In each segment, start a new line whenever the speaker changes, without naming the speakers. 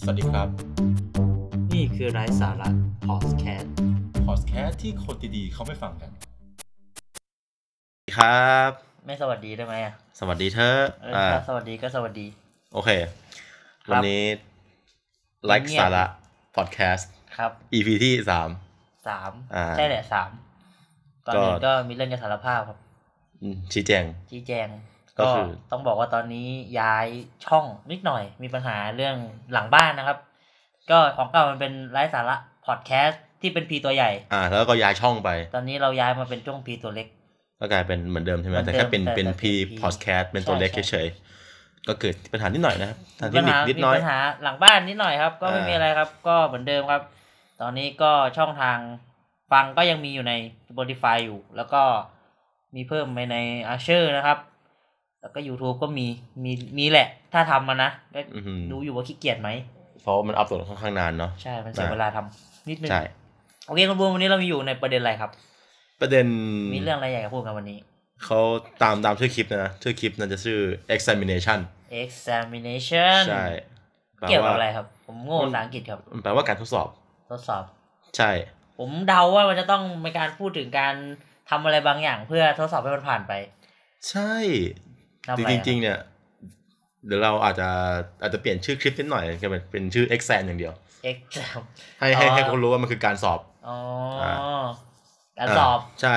สวัสดีครับ
นี่คือไร้สาระพอดแคสต์
พอดแคสต์ที่คนดีๆเขาไม่ฟังกัน
ครับ
ไม่สวัสดีได้ไหมอ่ะ
สวัสดีเธอ
เออ
อ่า
ถ้าสวัสดีก็สวัสดี
โอเค
ครับ
วันนี้ไล
เงี
ฟ์
ยบ
สาระพอดแคสต์
ครับ
EP ที่สาม
สาม
อ่า
ใช่แหละสามตอนนี้
ก็
ก็มีเรื่องจะสารภาพครับ
อืมชี้แจง
ชี้แจง
ก็
ก็
คือ
ต้องบอกว่าตอนนี้ย้ายช่องนิดหน่อย มีปัญหาเรื่องหลังบ้านนะครับ ก็ของเก่ามันเป็นไร้สาระพอดแคสต์ที่เป็นพีตัวใหญ่
อ่า แล้วก็ย้ายช่องไป
ตอนนี้เราย้ายมาเป็นจ้องพีตัวเล็ก
ก็กลายเป็นเหมือนเดิมใช่ไหม
เหมือน
แต่
เดิม
แค่เป็น
แต่
เป็น
แต่
พี
เป็น P
พอดแคสต์เป็นตัวเล็ก
ใช่ใช่
เฉยๆ ก็เกิดปัญหานิดหน่อยนะครับทางเท
มี
ค
ปัญ
นิค
หา
นิด
มี
น้อย
ปัญหาหลังบ้านนิดหน่อยครับ ก็ไม่
อ่ามี
มีอะไรครับ ก็เหมือนเดิมครับ ตอนนี้ก็ช่องทางฟังก็ยังมีอยู่ใน Spotify อยู่ แล้วก็มีเพิ่มไปใน a าเชอร์นะครับ แล้วก็ YouTube ก็มีมีมีแหละ ถ้าทำมานะก็
อื้อหือ
ดูอยู่ว่าขี้เกียจไหม
เพราะมันอัพโหลดค่อนข้างนานเนาะ
ใช่ มันเสีย
อ่า
เวลาทำนิดนึง
ใช่
โอเคคุณบูมวันนี้เรามีอยู่ในประเด็นอะไรครับ
ประเด็น
มีเรื่องอะไรอยากจะพูดกันวันนี้
เขาตามตามชื่อคลิปนะนะ ชื่อคลิปนั่นจะชื่อ examination
examination
ใช่แปล
เกี่ยวกับ
ว่า
อะไรครับ ผมโง่
มัน
ภาษาอังกฤษครับ
มันแปลว่าการทดสอบ
ทดสอบ
ใช่
ผมเดาว่ามันจะต้องมีการพูดถึงการทำอะไรบางอย่างเพื่อทดสอบให้มันผ่านไป
ใช่
ทำอะ
จ
ไอะ
ริงๆจริงๆเนี่ยเดี๋ยวเราอาจจะอาจจะเปลี่ยนชื่อคลิปนิดหน่อยจะเป็นเป็นชื่อ e x a m อย่างเดียว
เอ็กซ์
ให้ให้
อ๋อ
ให้คนรู้ว่ามันคือการสอบ
อ๋ออ่าการสอบ
าใช่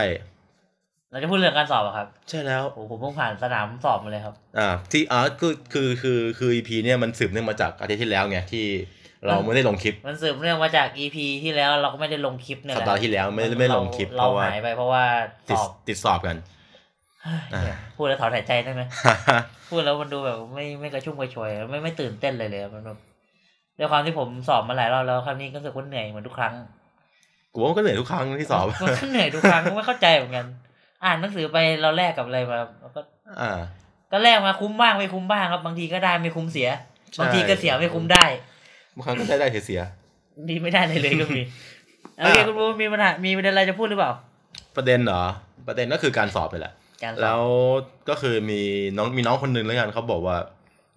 เราจะพูดเรื่องการสอบอะครับ
ใช่แล้ว
โอ้โหผมเพิ่งผ่านสนามสอบมาเลยครับ
อ่าที่อ่าคือคือคือคือ EP เนี่ยมันสืบเนื่องมาจากอาทิตย์ที่แล้วไงที่เราไม่ได้ลงคลิป
มันสืบเนื่องมาจาก EP ที่แล้วเราก็ไม่ได้ลงคลิปเนี่ย
สัป
แหละ
ดาห์ที่แล้วไม่ไม่ได้ลงคลิปเพ
เรา
ราะว่า
หายไปเพราะว่าส
ติด
อบ
ติดสอบกัน
เฮ้ย พูดแล้วถอนหายใจได้ไหมพูดแล้วมันดูแบบไม่ไม่กระชุ่มกระชวยไม่ไม่ตื่นเต้นเลยเลยมันแบบด้วยความที่ผมสอบมาหลายรอบแล้วครั้งนี้ก็รู้สึกว่าเหนื่อยเหมือนทุกครั้ง
กูว่ามันก็เหนื่อยทุกครั้งที่ส อบ
มันก็เหนื่อยทุกครั้งไม่เข้าใจเหมือนกัน อ่านหนังสือไปเราแลกกับอะไรมาแล้วก็
อ่า
ก็แลกมาคุ้มบ้างไม่คุ้มบ้างครับบางทีก็ได้ไม่คุ้มเสีย
ใช่
บางทีก็เสียไม่คุ้มได้
บางครั้งก็ได้ได้เสีย
ดีไม่ได้เลยเลยก็ มีโอเค
อ่ะ
คุณบูมมีปัญหามีประเด็นอะไรจะพูดหรือเปล่า
ๆประเด็นเหรอประเด็นก็คือการสอบไปแหละ
การสอ
แล้
บ
วก็คือมีน้องมีน้องคนหนึงแล้วกันเขาบอกว่า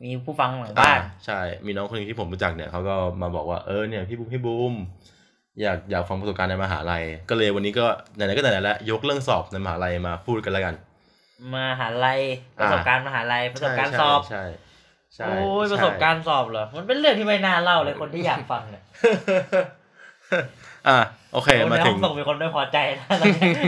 มีผู้ฟังหลังบ้าน
อ่ใช่ มีน้องคนหนึงที่ผมรู้จักเนี่ยเขาก็มาบอกว่าเออเนี่ยพี่บูมพี่บูมอยากอยากฟังประสบการณ์ในมหาลัย ก็เลยวันนี้ก็ไหนๆก็ไหนๆแล้วยกเรื่องสอบในมหาลัยมาพูดกันแล้วกัน
มหาลัยประ
อ่ะ
สบการณ์มหาลัยประสบการณ์สอบ
ใช่ใช่
โอ้ย
ใช่
ประสบการณ์สอบเหรอมันเป็นเรื่องที่ไม่น่าเล่าเลยคนที่อยากฟังเนี่ย
อ่ะโอเค
โอ้
มา
ในห้
ถึ
อง
ง
ส่งมีคนไม่พอใจนะ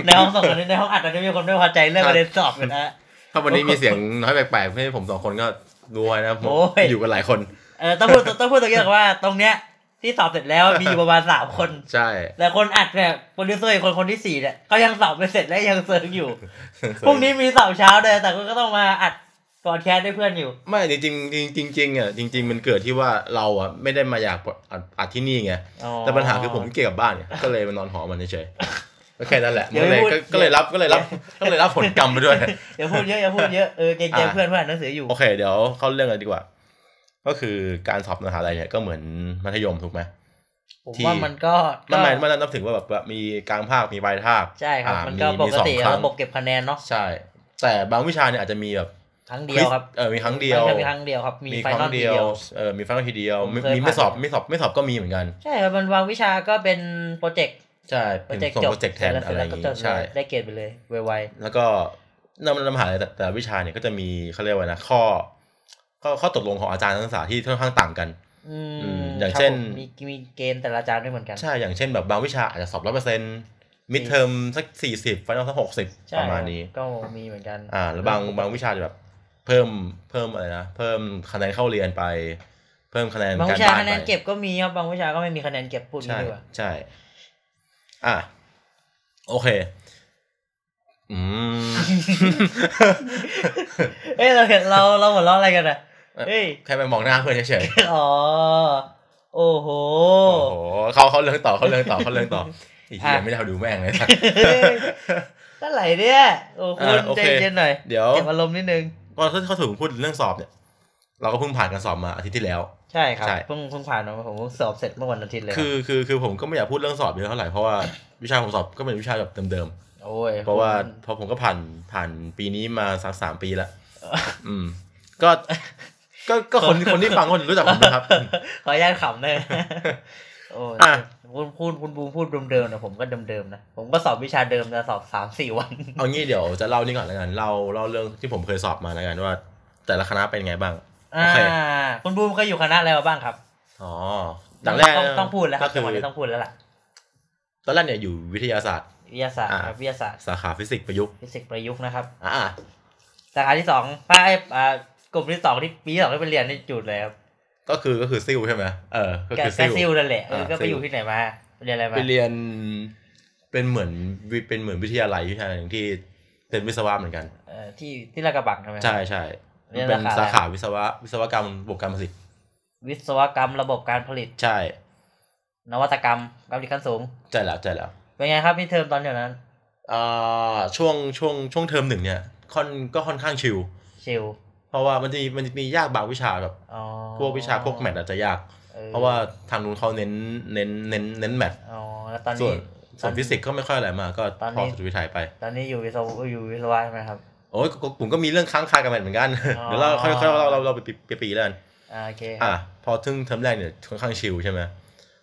ในห้องส่งตอนนี้ในห้องอัดตอนนี้มีคนไม่พอใจเรื่องประเด็นสอบอยู่นะ
ถ้าวันนี้มีเสียงน้อยแปลกๆให้ผมสองคนก็ดูไว้นะผม
โอ้ย
อยู่กันหลายคน
เออต้องพูดต้องพูดตรงนี้ก่อนว่าตรงเนี้ยที่สอบเสร็จแล้วมีอยู่ประมาณสามคน
ใช่
แต่คนอัดเนี่ยโปรดิวเซอร์อีกคนคนที่สี่เนี่ยก็ยังสอบไม่เสร็จและยังเซิร์งอยู่พรุ่งนี้มีสอบเช้าเลยแต่คุณก็ต้องมาอัดพอดแคสต์ด้วยเพื่อนอยู่
ไม่จริงๆจริงๆจริงๆอ่ะจริง ๆ มันเกิดที่ว่าเราอ่ะไม่ได้มาอยากอัดอัดที่นี่ไง แต่ปัญหาคือผมขี้เกี่ยวกับบ้านไงก็เลยมานอนหอมันเฉยๆก็แค่นั้นแหละ
เดี๋
ก็
ยว
เลย
พูด
ก็ก็เลยรับก็เลยรับก็เลยรับ ผลกรรมไปด้วย
อย่าพูดเยอะอย่าพูดเยอะเออเกรงใจ
อ่ะ
เพื่อนเพื่อนอ่านหนังสืออยู่
โอเค เดี๋ยวเข้าเรื่องกันดีกว่า ก็คือการสอบมหาลัยเนี่ยก็เหมือนมัธยมถูกไหม
ผม
ที่
ว่ามันก็
มันหมายมันนับถึงว่าแบบว่ามีกลางภาคมีปลายภาค
ใช่ครับ
อ่า
มันก็ป
มี
ก
สอง
ติ
ครั้ง
ระบบเก็บคะแนนเนาะ
ใช่ แต่บางวิชาเนี่ยอาจจะมีแบบ
ครั้งเดียวครับ
เออมีครั้งเดียว
มันจะมีครั้งเดียวครับมี
มี
ไฟ
ครั้
นอง ล
เดี
เดี
ย
ยวว
เออมีไฟนอลทีเดียว
ผม
มี
เคย
มีไม่
ผ่าน
สอบไม่สอบไม่สอบก็มีเหมือนกัน
ใช่ครับมันบางวิชาก็เป็นโปรเจกต์
ใช่
โปร
เป็น
เจกต์
ส่ง
จบ
โปรเจกต์แทน
สจ
อะไร
แล้
อย่า
ว
ง
ก็
งี้
จบเลย
ใช่
ได้เกรดไปเลยไวๆ
แล้วก็นำนำมหาลัยแต่แต่ละวิชาเนี่ยก็จะมีเขาเรียกว่านะข้อข้อข้อตกลงของอาจารย์นักศึกษาที่ค่อนข้างต่างกัน
อืม
อืมอย่าง
ครับ
เช่น
ผมมีมีเกณฑ์แต่ละอาจารย์ไม่เหมือนกัน
ใช่อย่างเช่นแบบบางวิชาอาจจะสอบร้อยเปอร์เซ็นต์มิดเทอมสักสี่สิบไฟนอลสักหกสิบ
ใช่
ประมาณนี้
ก็มีเหมือนกัน
อ่า แล้วบางบางวิชาจะแบบเพิ่มเพิ่มอะไรนะ เพิ่มคะแนนเข้าเรียนไป เพิ่มคะแนน
บาง
การ
วิชา
บ้าน
คะแนน
ไป
เก็บก็มีครับบางวิชาก็ไม่มีคะแนนเก็บพูดงี้
ใช่
ดีกว่า
ใช่ อ่ะโอเค อืม
เอ้ยเราเห็นเราเราหัวเราะอะไรกันอ่ะ
เอ่อ
เฮ้ย
แค่ไปมองหน้าเพื่อนเฉยๆ
อ๋อโอ้โห
โอ้โหเขาเขาเรื่องต่อเขาเรื่องต่อเขาเรื่องต่ออีกทีย
อ่ะ
ไม่ได้เอาดูแม่งเลยสัก
เฮ้ยก็ไหลเนี่ยโอ้คุณ
อ่ะโอ
ใจ
เค
เย็นหน่อย
เดี๋ยว
เก็บอารมณ์นิดนึง
ก่อนที่เขาถึงพูดเรื่องสอบเนี่ย เราก็เพิ่งผ่านการสอบมาอาทิตย์ที่แล้ว
ใช่ครับ
ใช่
เพิ่งเพิ่งผ่านมาผมเพิ่งสอบเสร็จเมื่อวันอาทิตย์เลย
คือคือคือผมก็ไม่อยากพูดเรื่องสอบเยอะเท่าไหร่เพราะว่าวิชาผมสอบก็เป็นวิชาแบบเดิม
โอ้ย
ๆเพราะว่า
คุณ
เพ ราะผมก็ผ่านผ่านปีนี้มาสักสามปีละอืม ก็ ก็ก็คนคนที่ฟังคนรู้จักผมนะครับ
ขออนุญาตขำ เลยโอ้ย
อ่ะ
คุณพูดคุณบูมพูดเดิมๆนะผมก็เดิมๆนะ ผมก็สอบวิชาเดิมแต่สอบสามสี่วัน
เอางี้เดี๋ยวจะเล่านี่ก่อนแล้วกันเล่าเล่าเรื่องที่ผมเคยสอบมาแล้วกันว่า แต่ละคณะเป็นไงบ้าง
อ่า
โอเค
คุณบูมเคยอยู่คณะอะไรมาบ้างครับ
อ๋ออย่างแรก
ต้องต้องพูดแล้วครับ
ก็
จั
คื
งหวะ
อ
นี้ต้องพูดแล้วล่ะ
ตอนแรกเนี่ยอยู่วิทยาศาสตร์
วิทยาศาสตร์
อ่า
ครับวิทยาศาสตร์
สาขาฟิสิกส์ประยุกต์
ฟิสิกส์ประยุกต์นะครับ
อ่า
สาขาที่สองป้าไอ้อ่ากลุ่มที่สองที่ปีที่สองที่ไปเรียนนี่จุดเลยครับ
ก็คือก็คือซิลใช่ไหมเออก็
แก
คือ
แก
ซิ
ซิ
ล
ลนั่นแหละเออ
อ่า
ก็ไป
ซิล
อยู่ที่ไหนมาไปเรียนอะไรมา
ไปเรียนเป็นเหมือนวิเป็นเหมือนวิทยาลัยวิทยาลัยหนึ่งที่เป็นวิศวะเหมือนกัน
เออที่ที่ลาดกระบังใช่ไหม
ใช่ใช่
เรียน
เป็น
สา
สา
ขา
ขา
อะไร
วิศวะวิศวกรรมระบบการผลิต
วิศวกรรมระบบการผลิต
ใช่
นวัตกรรมการผลิตขั้นสูง
ใช่แล้วใช่แล้ว
เป็นไงครับมิดเทอมตอนเดียวนั้น
อ่าช่วงช่วงช่วงเทอมหนึ่งเนี่ยค่อนก็ค่อนข้างชิล
ชิล
เพราะว่ามันจะมีมันจะมียากบางวิชาแบบ
อ๋อ
พวกวิชาพวกแมทอาจจะยาก
ออ
เพราะว่าทางนู้นเขาเน้นเน้นเน้นเน้นแมท
อ๋อแล้วตอน
ส่ว
นี้
นส่วนฟิสิกส์ก็ไม่ค่อยอะไรมากก็
ตอน
พ
นี้
อสุดวิทยไป
ตอนนี้อยู่วิศวอยู่วิศวะใช่ไหมครับ
โอ้ยก็ผมก็มีเรื่องค้างคากับแมทเหมือน กัน
อ๋อ
เดี๋ยวเราค่อยๆเราเราเราไปปีไปปีแล้วกัน
อ่าโอเค
อ่ะพอถึงเทอมแรกเนี่ยค่อนข้างชิลใช่ไหม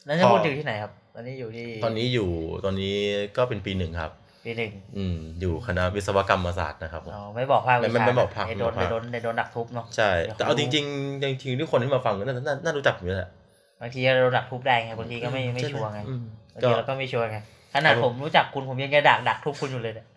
แล้วจะ
พอ
พูดอยู่ที่ไหนครับ ตอนนี้อยู่ที่
ตอนนี้อยู่ตอนนี้ก็เป็นปีหนึ่งครับ
ปีหนึ่ง
อืมอยู่คณะวิศวกรรมศาสตร์นะครับผม
อ๋อไม่บอกภาควิ
ไม่
ชา
ไม่บอกภาค
เดี๋ยวโดน
ไม่บอกภาค
เดี๋ยวโดนเดี๋ยวโดนดักทุบเนาะ
ใช่แต่เอาจริงๆจริงๆทุกคนที่มาฟังก็น่าน่าน่ารู้จักผมอยู่แหละ
บางทีเราโดนดักทุบได้ไงบางทีก็ไม่ไม่ชัวร์ไง
อืม
บาง
ก็
ทีเราก็ไม่ชัวร์ไงขนาด
ครับ
ผมรู้จักคุณผมยังจะดักดักทุบคุณอยู่เลยเนี่ย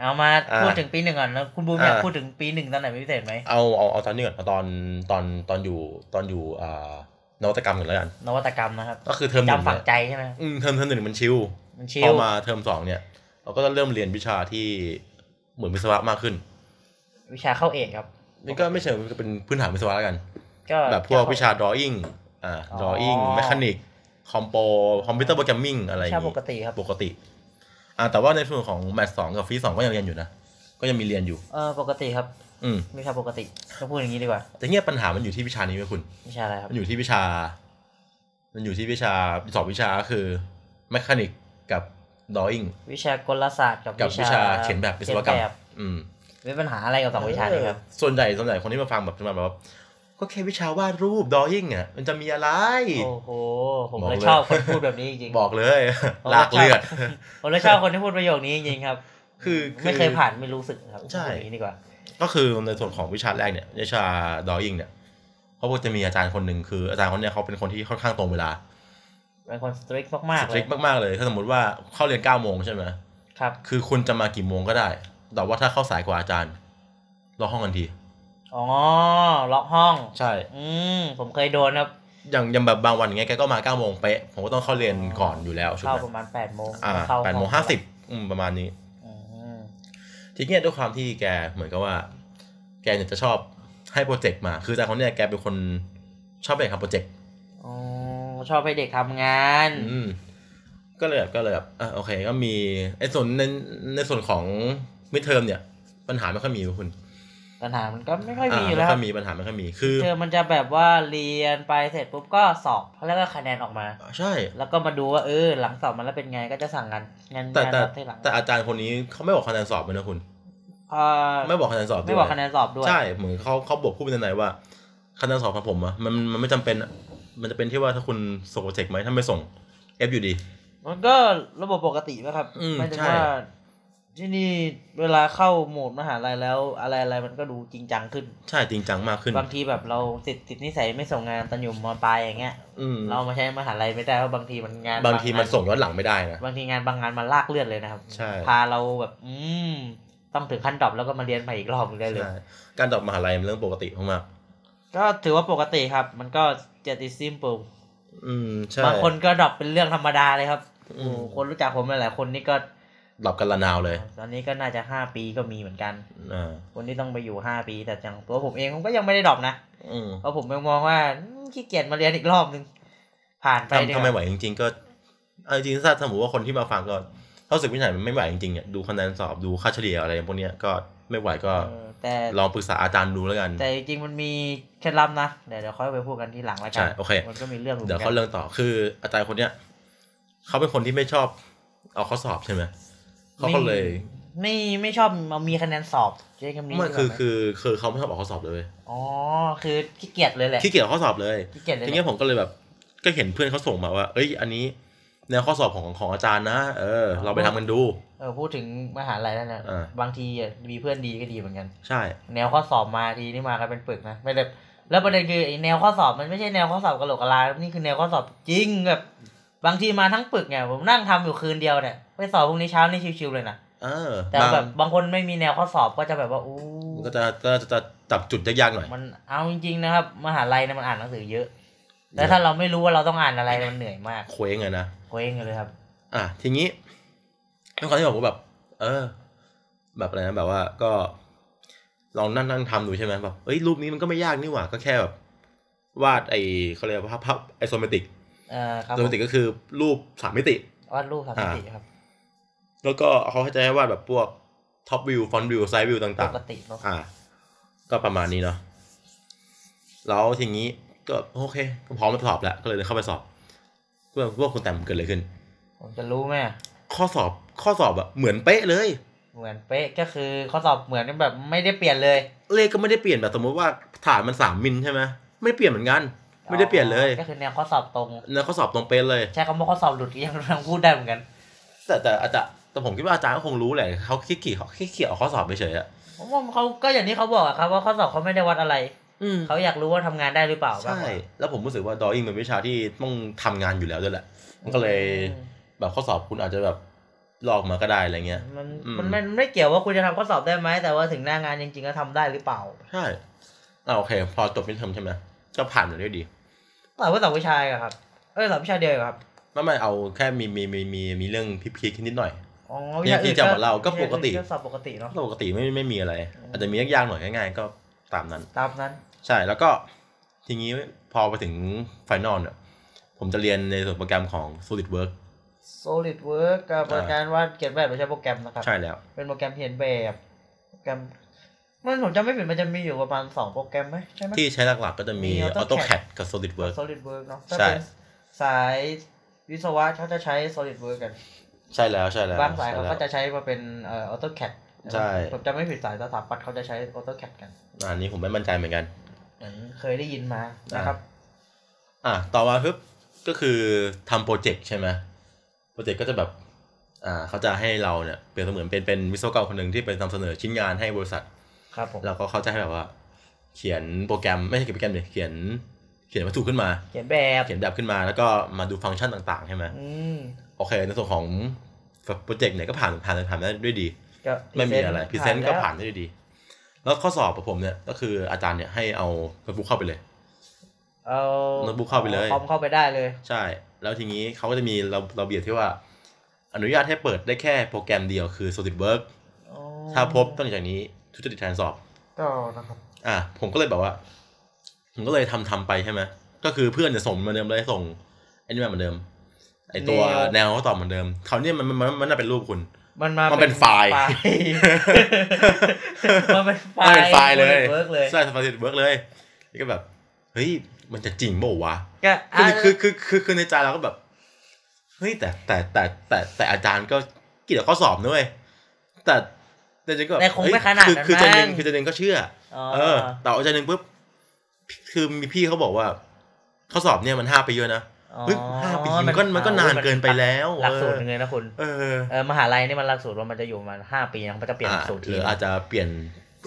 เอามา
อ่า
พูดถึงปีหนึ่งก่อนแล้วคุณบูมอยาก
อ่า
พูดถึงปีหนึ่งตอนไหนเป็นพิเศษไหม
เอาเอาเอาตอนนี้ก่อนเอาตอนตอนตอนอยู่ตอนอยู่อ่านวัตกรรมกันแล้วกัน
นวัตกรรมนะครับ
ก็คือเทอมหนึ่ง
จำฝัง
เนี่ย
ใจใช่ไหม
อืมเทอมเทอมหนึ่งมันชิล
มันชิ
พอ
ล
มาเทอมสองเนี่ย เราก็จะเริ่มเรียนวิชาที่เหมือนวิศวะมากขึ้น
วิชาเข้าเอกครับ
มันก็ไม่เชิงมันก็เป็นพื้นฐานวิศวะแล้วกัน
ก็
แบบพวก
จะเข้า
วิชา drawing อ่า
อ๋อ
drawing mechanic compo computer programming อะไรอ
วิ
ย่าง
ชาป
งี้
กติครับ
ปกติ อ่าแต่ว่าในส่วนของแมทสองกับฟีสองก็ยังเรียนอยู่นะ ก็ยังมีเรียนอยู่
เออปกติครับ
อืม
วิชาปกติก็พูดอย่างนี้ดีกว่า
แต่เนี่ยปัญหามันอยู่ที่วิชานี้ไหมคุณ
วิชาอะไรครับ
มันอยู่ที่วิชา มันอยู่ที่วิชาสอบวิชาก็คือ mechanic กับ drawing
วิชากลศาสตร์กับ
กับวิชาเขียนแบบวิศวกรรม
เขียนแ
อืม
บมีปัญหาอะไรกับสองวิชานี้ครับ
เออส่วนใหญ่ส่วนใหญ่คนที่มาฟังแบบจะมาแบบว่าก็แค่วิชาวาดรูป drawing อ่ะมันจะมีอะไร
โอ้โหผม
บอก
เล
เลย ย
ชอบคนพูดแบบนี้จริงๆ
บอกเลย ลากเลือด
ผมเลยชอบคน ที่พูดประโยคนี้จริงๆครับ
คืออ
ไม่เคยผ่านไม่รู้สึกครับ
ใช่
พูดอย่างนี้ดีกว่า
ก็คือในส่วนของวิชาแรกเนี่ยวิชาดอยิงเนี่ยเขาบอกจะมีอาจารย์คนหนึ่งคืออาจารย์คนเนี้ยเขาเป็นคนที่ค่อนข้างตรงเวลา
เป็นคนสตริกมาก
ส
ๆเล
ตริ
ย
กมากๆเลย ถ้าสมมติว่าเข้าเรียน9ก้าโมงใช่ไหม
ครับ
คือคุณจะมากี่โมงก็ได้ แต่ว่าถ้าเข้าสายกว่าอาจารย์รอห้องกันที
อ๋อล็อกห้อง
ใช่
อืมผมเคยโดนครับ
อย่างอย่างแบบบางวันอย่างเงี้ยแกก็มา9ก้าโมงเป๊ะผมก็ต้องเข้าเรียนก่อนอยู่แล้วชุด
เข้า
นั้น
ประมาณแปดโมง
อ่า
เข้า
แปดโมงห้าสิบประมาณนี้
อืม
ทีเนี้ยด้วยความที่แกเหมือนกับว่า แกเนี่ยจะชอบให้โปรเจกต์มา คืออาจารย์คนเนี้ยแกเป็นคนชอบไปทำโปรเจกต์
อ๋อชอบให้เด็กทำงาน
อืมก็เลยแบบก็เลยแบบอ่ะโอเค ก็มีไอ้ส่วนในในส่วนของมิดเทอมเนี่ย ปัญหาไม่ค่อยมีครับคุณ
ปัญหามันก็ไม่ค่อย
อ่า
มีอยู่
ไม่
แล้วค
ค่
รั
อบ ยมีปัญหาไม่ค่อยมีคือ
เธอมันจะแบบว่าเรียนไปเสร็จปุ๊บก็สอบแล้วก็คะแนนออกมา
ใช่
แล้วก็มาดูว่าเออหลังสอบมันแล้วเป็นไงก็จะสั่งงานงาน
แต่
งาน
แต่
รับที่หลัง
แต่อาจารย์คนนี้เขาไม่บอกคะแนนสอบเลยนะคุณ
เออ
ไม่บอกคะแนนสอบด้วย
ไม่บอกคะแนนสอบด้วย
ใช่เหมือนเขาเขาบอกผู้เป็นไหนว่าคะแนนสอบของผมอะมันมันไม่จำเป็นอะมันจะเป็นที่ว่าถ้าคุณส่งโปรเจกต์ไหมถ้าไม่ส่งเอฟอยู่ดี
มันก็ระบบปกตินะครับ
อืม
ไม่ถึง
ใช่
ว่าที่นี่เวลาเข้าโหมดมหาลัยแล้ว อะไรอะไรมันก็ดูจริงจังขึ้น
ใช่จริงจังมากขึ้น
บางทีแบบเราติดติดนิสัยไม่ส่งงานตอนอยู่มปลายอย่างเงี้ย
อืม
เรามาใช้มหาลัยไม่ได้เพราะบางทีมันงาน
บางทีมัน
ง
ส่งย้อนหลังไม่ได้นะ
บางทีงานบางงานมันลากเลือดเลยนะครับ
ใช่
พาเราแบบอืมต้องถึงขั้นดรอปแล้วก็มาเรียนใหม่อีกรอบหนึงได้เลย
ใช่การตอบมหาลัยเป็นเรื่องปกติมาก
ก็ถือว่าปกติครับ มันก็เจติซิมเปิล
ๆอืมใช่
บางคนก็ดรอปเป็นเรื่องธรรมดาเลยครับ
อืม
โอ้คนรู้จักผมหลายๆคนนี่ก็
หลับกันละนาวเลย
ตอนนี้ก็น่าจะห้าปีก็มีเหมือนกัน
อ่า
คนที่ต้องไปอยู่ห้าปี แต่อย่างตัวผมเองผมก็ยังไม่ได้ดรอปนะ
อืม
เพราะผมยังมองว่าอืมขี้เกียจมาเรียนอีกรอบนึง ผ่านไปดี
ทำ
ก
ทำไม่
ว่า
ไหวจริง ๆ ก็เอาจริงๆถ้าสมมติว่าคนที่มาฟังก็ถ้ารู้สึกวินัยมันไม่ไหวจริงๆเนี่ยดูคะแนนสอบดูค่าเฉลี่ยอะไรพวกเนี้ยก็ไม่ไหวก็
เออแต่
ลองปรึกษาอาจารย์ดูแล้วกัน
แต่จริงๆมันมีเคล็ดลับนะ เดี๋ยวเดี๋ยวค่อยไปพูดกันที่หลังละกั
ใช่โอเค
มันก็มีเรื่องอยู่หมื
เดี๋ย
อ
วน
กั
เขาเรื่องต่อคืออาจารย์คนเนี้ยเขาเป็นคนที่ไม่ชอบเอาข้อสอบใช่ไหมเขาก็เลย
ไม่ไม่ชอบเอามีคะแนนสอบเ ช้คำนี้
ไม่
ดีกว่า
คือ
ไห
คือคือเขาไม่ชอบออกข้อสอบเลย
อ๋อคือขี้เกียจเลยแหละ
ขี้เกียจออกข้อสอบเลย
ขี้เกียจเลย
ที
แห
เนี้ย
ละ
ผมก็เลยแบบก็เห็นเพื่อนเขาส่งมาว่า เอ้ยอันนี้แนวข้อสอบของของอาจารย์นะเออ เราไปทำกันดู
เออพูดถึงมหาลัยแล้วนะ
อ่า
บางทีอ่ะมีเพื่อนดีก็ดีเหมือนกัน
ใช่
แนวข้อสอบมาทีนี่มากันเป็นปึกนะไม่ได้แล้วประเด็นคือไอ้แนวข้อสอบมันไม่ใช่แนวข้อสอบกะโหลกกะลานี่คือแนวข้อสอบจริงแบบบางทีมาทั้งปึกเนี่ยผมนั่งทำอยู่คืนเดียวเนี่ยไปสอบพรุ่งนี้เช้านี่ชิวๆเลยนะ
เออ
แต่
บาง
แบบบางคนไม่มีแนวข้อสอบก็จะแบบว่าอู้
มันก็จะก็จะจะจับจุดยากๆหน่อย
มันเอาจริงๆนะครับมหาลัยเนี่ยมันอ่านหนังสือเยอะแล้วถ้าเราไม่รู้ว่าเราต้องอ่านอะไรมันเหนื่อยมาก
เคว้งเลยนะ
โคเองเลยครับ
อ่ะทีนี้ด้วยความที่ผมก็แบบ เออ แบบอะไรนะแบบว่าก็ ลองนั่งนั่งทำดูใช่ไหมแบบเอ้ยรูปนี้มันก็ไม่ยากนี่หว่าก็แค่แบบ วาดไอ้เขาเรียกว่าภาพภาพไอโซเมติก
เอ่อครับ
โซเมติกก็คือรูปสามมิติ
วาดรูปสามมิติครับ
แล้วก็เขาจะให้วาดแบบพวกท็อปวิวฟอนต์วิวไซด์วิว
ป
ต่าง
กติเนาะ
ๆ อ่ะก็ประมาณนี้เนาะแล้วทีนี้ก็โอเคก็พร้อมไปสอบแล้วก็เลยเข้าไปสอบเพื่อพวกคุณแต้มเกิดอะไรขึ้น
ผมจะรู้ไหมอะ
ข้อสอบข้อสอบอะเหมือนเป๊ะเลย
เหมือนเป๊ะก็คือข้อสอบเหมือนแบบไม่ได้เปลี่ยนเลย
เลขก็ไม่ได้เปลี่ยนแบบสมมติว่าฐานมันสามมิลใช่ไหมไม่เปลี่ยนเหมือนกัน ไม่ได้เปลี่ยนเลย
ก็คือแนวข้อสอบตรง
เนื้อข้อสอบตรงเป๊ะเลย
ใช้คำว่าข้อสอบหลุดก็ยังยังพูดได้เหมือนกัน
แต่แต่อาจจะแต่ผมคิดว่าอาจารย์ก็คงรู้แหละเขาขี้เกียจเขาขี้เกียจออกข้อสอบไปเฉยๆอะ
ผมว่าเขาก็อย่างที่เขาบอกอะครับว่าข้อสอบเขาไม่ได้วัดอะไร
อืม
เขาอยากรู้ว่าทำงานได้หรือเปล่ามาก
ใช่
กว่า
แล้วผมรู้สึกว่าดออิงเป็นวิชาที่ต้องทำงานอยู่แล้วด้วยแหละ มันก็เลยแบบข้อสอบคุณอาจจะแบบลอกมาก็ได้อะไรเงี้ย
มัน
อืม
มันมันมันไม่เกี่ยวว่าคุณจะทำข้อสอบได้ไหมแต่ว่าถึงหน้างานจริงๆก็ทำได้หรือเปล่า
ใช่อ่าโอเค พอจบมิดเทอมใช่ไหมก็ผ่านมาด้วยดี
แต่ว่าสอบวิชาอะครับเอ้ยสอบวิชาเดียวอะครับ
ไม่ไม่เอาแค่มีมีมีมีมีเรื่องพีคๆนิดหน่อย
อ๋อ
เนี่ย
วิชาอื่น
ที่จะมาเล่าก็
วิชอื่น
ปกติ
สอบปกติเนาะ
ปกติไม่ไม่มีอะไร อาจจะมียากๆหน่อยง่ายๆก็ตามนั้น
ตามนั้น
ใช่ แล้วก็ทีนี้พอไปถึงไฟนอลเนี่ยผมจะเรียนในส่วนโปรแกรมของ SolidWorks
solid work กับ
อ่า
การวาดเขียนแบบไม่ใช่โปรแกรมนะครับ
ใช่แล้ว
เป็นโปรแกรมเขียนแบบโปรแกรมมันผมจำไม่ผิดมันจะมีอยู่ประมาณสองโปรแกรมไหมใช่ไหม
ที่ใช้หลักๆก็จะมี
มี AutoCAD
AutoCAD กับ SolidWorks
solid work เนาะถ้า
ใช่
เป็นสายวิศวะเขาจะใช้ solid work กัน
ใช่แล้วใช่แล้ว
บางสายเขาก็จะ
ใช่แล้
ใช้มาเป็นเอ่อ AutoCAD
ใช่
ผมจะไม่ผิดสายสถาปัตย์เขาจะใช้ AutoCAD กัน
วอันนี้ผมไม่มั่นใจเหมือนกัน
เหมือนเคยได้ยินมานะครับ
อ่ะต่อมาปุ๊บก็คือทำโปรเจกต์ใช่ไหมโปรเจกต์ก็จะแบบอ่าเขาจะให้เราเนี่ยเปรียบเสมือนเป็นเป็นวิศวกรคนหนึ่งที่ไปนำเสนอชิ้นงานให้บริษัท
ครับผม
แล้วก็เขาจะให้แบบว่า เขียนโปรแกรมไม่ใช่เขียนโปรแกรมเลยเขียนเขียนวัตถุขึ้นมา
เขียนแบบ
เขียนแบบขึ้นมาแล้วก็มาดูฟังก์ชันต่างๆใช่ไหม
อืม
โอเคในส่วนของโปรเจกต์เนี่ยก็ผ่านผ่านผ่านได้ด้วยดี
ก็
ไม่มีอะไรพรีเซนต์ก็ผ่าน
แล้ว
ได้ด้วยดี แล้วข้อสอบของผมเนี่ยก็คืออาจารย์เนี่ยให้เอาโน้ตบุ๊กเข้าไปเลย
เอา
โน้ตบุ๊กเข้าไปเลย
อคอมเข้าไปได้เลย
ใช่ แล้วทีนี้เขาก็จะมีระระเบียบที่ว่า อนุญาตให้เปิดได้แค่โปรแกรมเดียวคือ SolidWorks
อ๋อ
ถ้าพบต้องจากนี้ทุจริตการสอบ
ก็นะครับ
อ่ะผมก็เลยแบบว่า ผมก็เลยทำทำไปใช่ไหมก็คือเพื่อนเนี่ยส่งเหมือนเดิมเลยส่งไอ้นี่มาเหมือนเดิม ไอ้ตัว
แนว
แนวข้อสอบเหมือนเดิมเขาวเนี่ยมันมันมันมันน่าเป็นรูปคุณ
มันมาน
เป็นไฟล์
มันเป็นไฟ
ไม่เป็
ล์
นไฟล์เลย
เวิร์กเลย
ใช่สปาเซตเวิร์กเลยแล้วก็แบบ เฮ้ย มันจะจริงเปล่าวะ
ก็ะ
คือคือคือคือคือในใจเราก็แบบ เฮ้ยแต่แต่แต่แต่แต่อาจารย์ก็เกี่ยวกับข้อสอบด้วย แต่แต่จริงก็
แต่คงไม่ขนาด
คือ
นั้น
คือใจหนึง
มั้ง
คือใจหนึงก็เชื่อ เออ แต่เอาใจหนึงปุ๊บ คือมีพี่เขาบอกว่า ข้อสอบเนี่ยมันห้าปีเยอะนะ เฮ้ยห้าปี
อ๋อ
มันก็มันก็นานเกินไปแล้ว
หลัก
เอ
สูต
อ
รหนึ่งเลยนะคุณ
เออ
เออมหาลัยนี่มันหลักสูตรว่ามันจะอยู่ประมาณห้าปีนะมันจะเปลี่ยนหลักสูตร
ห
ที
รืออาจจะเปลี่ยน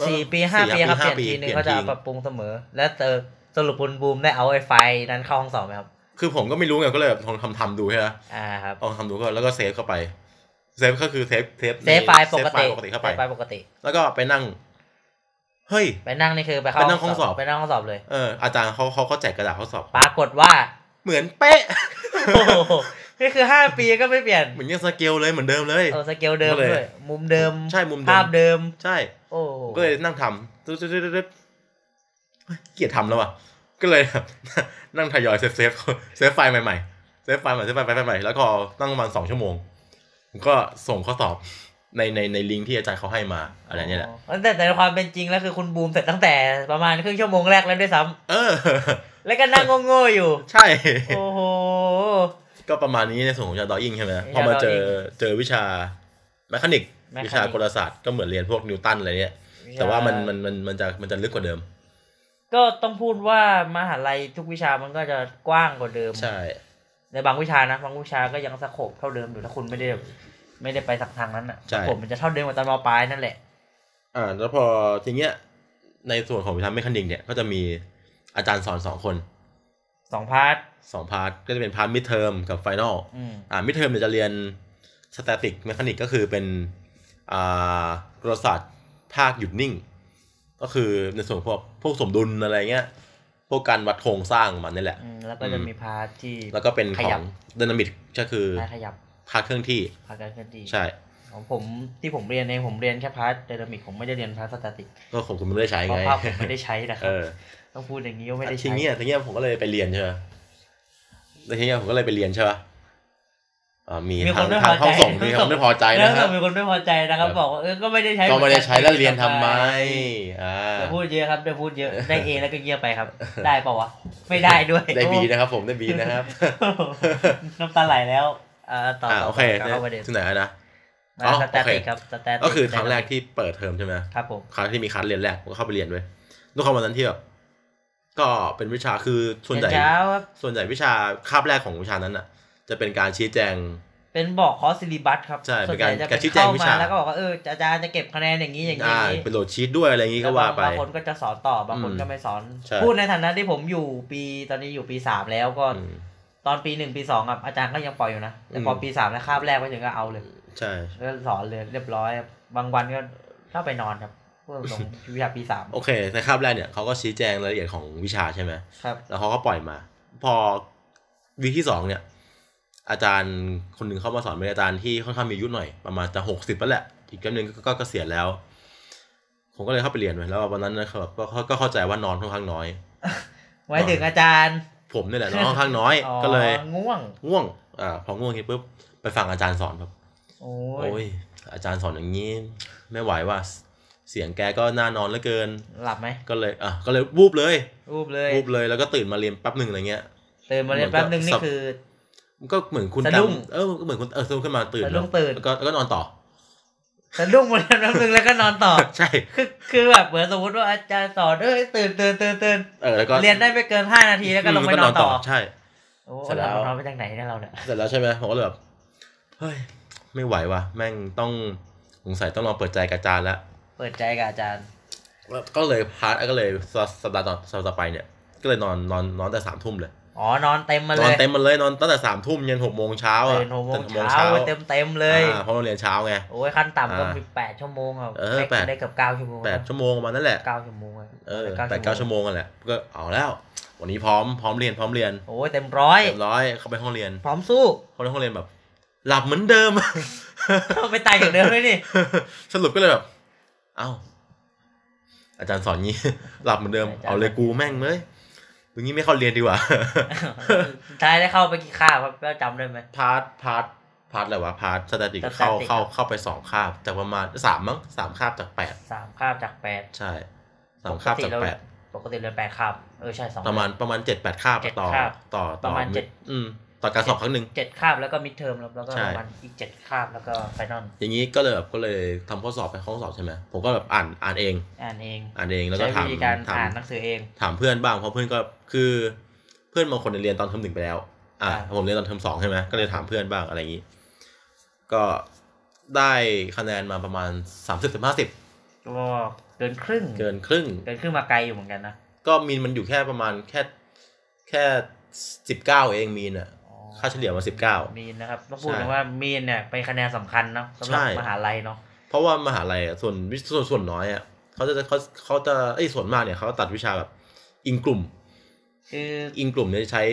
สี่ปีห้าปีครับเปลี่ยนที
ห้า
นึงเขาจะปรับปรุงเสมอ แล้วเจอสรุปคุณบูมได้เอาไอ้ไฟนั้นเข้าห้องสอบไหมครับ
คือผมก็ไม่รู้ไงก็เลยแบบลองทำทำดูใช่ไหม
อ่าครับ
ลองทำดูก็แล้วก็เซฟเข้าไป เซฟก็คือเซฟเซฟ
เซฟไฟล์ปก
เซฟไฟ
ติ
ล์ปกติเข้าไป
เซฟไฟล์ปกติ
แล้วก็ไปนั่ง เฮ้ย
ไปนั่งนี่คือไปเข้า
ไปนั่งห้องสอบ
ไปนั่งห้องสอบเลย
เอออาจารย์เขาเขาเขาแจกกระดาษข้อสอบ
ปรากฏว่า
เหมือนเป๊ะ
โอ้โหนี่คือห้าปีก็ไม่เปลี่ยน
เหมือนยังสเกลเลยเหมือนเดิมเลย
เออสเกลเดิม
เลย
ด้วยมุมเดิม
ใช่มุมเดิม
ภาพเดิม
ใช่
โอ้โห
ผมก็เลยนั่งทำตึ๊ดตึ๊ดตึ๊ดตึ๊ดเฮ้ยเกลียดทำแล้วอ่ะ ก็เลย นั่งทยอยเซฟเซฟเซฟไฟล์ใหม่ๆ เซฟไฟล์ใหม่เซฟไฟล์ไฟล์ใหม่แล้วก็นั่งประมาณสองชั่วโมงผมก็ส่งข้อสอบในในในลิงก์ที่อาจารย์เขาให้มาอะไรเนี่ยแหละ
แต่แต่ในความเป็นจริงแล้วคือคุณบูมเสร็จตั้งแต่ประมาณครึ่งชั่วโมงแรกแล้วด้วยซ้ำ
เออ
แล้วก็นั่งโง่ๆอยู่
ใช่
โอ้โห
ก็ประมาณนี้ในส่วนของยาดอยิงใช่ไหม
ยาดอยิ่ง
พอมาเจอเจอวิชาแมคานิก
Mechanic
วิชากลศาสตร์ก็เหมือนเรียนพวกนิวตันอะไรเนี่ย
วิ
แต่ว่ามันมันมันมันจะมันจะลึกกว่าเดิม
ก็ต้องพูดว่ามหาลัยทุกวิชามันก็จะกว้างกว่าเดิม
ใช่
ในบางวิชานะ บางวิชาก็ยังสโคบเท่าเดิมอยู่ถ้าคุณไม่ได้แบบไม่ได้ไปสักทางนั้นอ่ะ
ใช่
สโคบมันจะเท่าเดิมกับตอนมปลายนั่นแหละ
อ่า แล้วพอทีเนี้ยในส่วนของวิชาเมคานิกเนี่ยก็จะมีอาจารย์สอนสองคน
สองพาร์ท
สองพาร์ทก็จะเป็นพาร์ทมิดเทอมกับไฟนอล
อืม
อ่ามิดเทอมเนี่ยจะเรียนสแตติกแมคานิกก็คือเป็นอ่ากลศาสตร์ภาคหยุดนิ่ง ก็คือในส่วนพวกพวกสมดุลอะไรเงี้ย พวกการวัดโครงสร้างของมันนี่แหละ
อืมแล้วก็จะมีพาร์ทที่
แล้วก็เป็น
ข
ข
ยั
อบ งดินามิกก็คือ
พาร์ทขยับ
ภาคเครื่องที่
พาร์ทการเคลื่อนที่
ใช่
ของผมที่ผมเรียนเองผมเรียนแค่พาร์ทไดนามิกผมไม่ได้เรียนพาร์ทสแตติก
ก็คงคุณไม่ได้ใช้
เพ
ไง
ราะภาพผมไม่ได้ใช้นะครั
เอบ อ
ต้องพูดอย่างนี้ว่าไม่ได้
ที
ใช้
เนี้ยทีเนี้ยผมก็เลยไปเรียนใช่ไหมแล้วทีเนี้ยผมก็เลยไปเรียนใช่ปะอ่ามีทางทางห้องส่งมี คนไม่พอใจ
เรื่อ
นะ
ง
ค
ข
รั
อบ งมีคนไม่พอใจนะครับ บอกว่าเออก็ไม่ได้ใช้
ก็ไม่ได้ใช้แล้วเรียนทำไมอ่า
จะพูดเยอะครับจะพูดเยอะได้เอแล้วก็เงียบไปครับ ได้ปะวะไม่ได้ด้วย
ได้บีนะครับผมได้บีนะครับ
โอ้โหน้ำตาไหลแล้วอ่าต่อ
อ่า
ต่
โอ
อ
เค
ต่อเข้าประเด็น
ที่ไหนนะ
มา
อ๋อ
สแตติก
โอเค
ครับสแตติก
ก็คือครั้งแรกที่เปิดเทอมใช่ไหม
ครับผม
ครั้งที่มีคลาสเรียนแรกผมก็เข้าไปเรียนเว้ยด้วยความวันนั้นที่แบบก็เป็นวิชาคือส่วนใหญ่
เช้าครับ
ส่วนใหญ่วิชาคาบแรกของวิชานั้นอ่ะ จะเป็นการชี้แจง
เป็นบอกคอร์สซิลิบัสครับ
ใช่
ส่ว
เป็น น
ให
การ
ญ่จะ
การชี้
เป็น
แจง
เข้า
วิ
มา
ชา
แล้วก็บอกว่าเอออาจารย์จะเก็บคะแนนอย่างนี้อย่างนี้
อ่า
อย่างนี้
เป็นโหลดชีตด้วยอะไรอย่างนี้ก็
แล้
ว่าไป
บางคนก็จะสอนต่อบางคน
อืม
ก็ไม่สอน
ใช่
พูดในฐานะที่ผมอยู่ปีตอนนี้อยู่ปีสามแล้วก็
อืม
ตอนปีหนึ่งปีสองครับอาจารย์ก็ยังปล่อยอยู่นะแต่พออ
ม
ปีสามแล้วคาบแรกไปถึงก็เอาเลย
ใช่
ก็สอนเลยเรียบร้อยครับบางวันก็เข้าไปนอนครับพูดตรงๆวิชาปีสาม
โอเคในคาบแรกเนี่ยเขาก็ชี้แจงรายละเอียดของวิชาใช่ไหม
ครับ
แล้วเขาก็ปล่อยมา พอวีคที่สองเนี่ย อาจารย์คนหนึ่งเข้ามาสอนเป็นอาจารย์ที่ค่อนข้างมีอายุหน่อยประมาณจะหกสิบแล้วแหละ อีกจำหนึ่งก็ก็เกษียณแล้ว ผมก็เลยเข้าไปเรียนไว้แล้ววันนั้นนะครับก็ก็ก็เข้าใจว่านอนค่อนข้างน้อย
ไว้ถึงอาจารย์
ผมเนี่ยแหละนอนค่อนข้างน้อย
อ๋อ
ก็เลย
ง่วง
ง่วงอ่าพอง่วงทีปุ๊บไปฟังอาจารย์สอนครับ
โอ้
โอ้
ย
ยอาจารย์สอนอย่างนี้ ไม่ไหวว่าเสียงแกก็น่านอนเหลือเกิน
หลับไหม
ก็เลยอ่ะก็เลยวูบเลย
รูปเลย
วูบเลยแล้วก็ตื่นมาเรียนแป๊บหนึ่งอะไรเงี้ย
ตื่นมาเรียนแป๊บนึงนี่คือ
ก็เหมือนคุณ
สะดุ้ง
จำเออก็เหมือนคุณเออสะดุ้งขึ้นมาตื่น
สะดุ้ง
แล้ว
ตื่น
แล้วก็แล้วก็นอน ต่อ
สะดุ้งมาเรียนแป๊บนึงแล้วก็นอนต่อ
ใช่
คือคือแบบเหมือนสมมติว่าอาจารย์สอนเอ้ยตื่นตื่นตื่นตื่น
เออแล้วก็
เรียนได้ไม่เกินห้านาทีแล้วก็ลงไปนอนต่อ
ใช่
โอ้
เสร็จแล้
เรา
ว
นอนไปจากไหนเนี่ยเราเนี่ย
เสร็จแล้วใช่ไหมผมก็เลยแบบเฮ้ยไม่ไหวว่ะแม่งต้องสงสัยต้องลองเปิดใจกับอาจารย์ละ
เปิดใจกับอาจารย์
แล้วก็เลยพาร์ทก็เลยสัปสัปดาห์ต่อสัปดาห์ต่อไปเนี่ยก็เลยนอนนอนนอนแต่สามทุ่มเลย
อ๋อนอนเต็มมาเล
นอน
ย
เต็มมันเลยนอนตั้งแต่สามทุ่มยันหกโมงเช้าอะ
ตื่นหกโมงเช้าเต็มเต็มๆเลย
อ่าเพราะเราเรียนเช้าไง
โอ้ยขั้นต่ำก็
อ่า
มีแปดชั่วโมงอ่ะ
เออแปด
ได้เกือบเก้าชั่วโมง
แปดชั่วโมงประมาณนั่นแหละ
เก้าชั่วโมงะ
เออแปดเก้าชั่วโมงกันแหละก็เอาแล้ว วันนี้พร้อมพร้อมเรียนพร้อมเรียน
โอ้ยเต็มร้อย
เต็มร้อยเข้าไปห้องเรียน
พร้อมสู้
เขาในห้องเรียนแบบ หลับเหมือนเดิม
ไม่ตายอย่างเดิมเลยนี่
สรุปก็เลยแบบ เอ้า อาจารย์สอนงี้ หลับเหมือนเดิม เอาเลยกูแม่งเลยอย่างงี้ไม่เข้าเรียนดีกว่า
สุดท้ายได้เข้าไปกี่คาบครับแล้วจำได้ไหม
พาร์ทพาร์ทพาร์ทอะไรวะพาร์ทสแตติก
Static
เข้า
ครับ
เข้าเข้าไปสองคาบจากประมาณสามมั้งสามคาบจากแปด
สามคาบจากแปด
ใช่สามคาบจากแปด
ปกติเรียนแปดคาบเออใช่สอง
ประมาณประมาณเจ็ดแปดคาบ
เจ็ด
ต่อ
คาบ
ต่อต่อ
ประมาณเจ็ด
อืมต่อการสอบครั้งหนึ่ง
เจ็ดคาบแล้วก็มิดเทอมแล้วแล้วก็
ใช่
ประมาณอีกเจ็ดคาบแล้วก็ไฟนอล
อย่างนี้ก็เลยแบบก็เลยทำข้อสอบไปข้อสอบใช่ไหมผมก็แบบอ่านอ่านเอง
อ่านเอง
อ่านเองแล้วก็
ใช้
ถาม
วิธีการ
ถาม
อ่านหนังสือเอง
ถามเพื่อนบ้างเพราะเพื่อนก็คือเพื่อนบางคนเนี่ยเรียนตอนเทอมหนึ่งไปแล้ว อ่า
อ่า
ผมเรียนตอนเทอมสองใช่ไหมก็เลยถามเพื่อนบ้างอะไรอย่างนี้ ก็ได้คะแนนมาประมาณสามสิบถึงห้าสิบ
ก็เกินครึ่ง
เกินครึ่ง
เกินครึ่งมาไกลอยู่เหมือนกันนะ
ก็มีนมันอยู่แค่ประมาณแค่แค่สิบเก้าเองมีนอ่ะ
อ๋อ
ค่าเฉลี่ยมาสิบเก้า
มีนนะครับต้องพูด
ใช่
เลยว่ามีนเนี่ยเป็นคะแนนสำคัญเนาะสำหรับ
ใช่
มหาลัยเนาะ
เพราะว่ามหาลัยอ่ะส่วนวิส่วนส่วนน้อยอ่ะเขาจะเขาเขาจะเอ้ยส่วนมากเนี่ยเขาตัดวิชาแบบอิงกลุ่ม
คือ
อิงกลุ่มเนี่ยใช้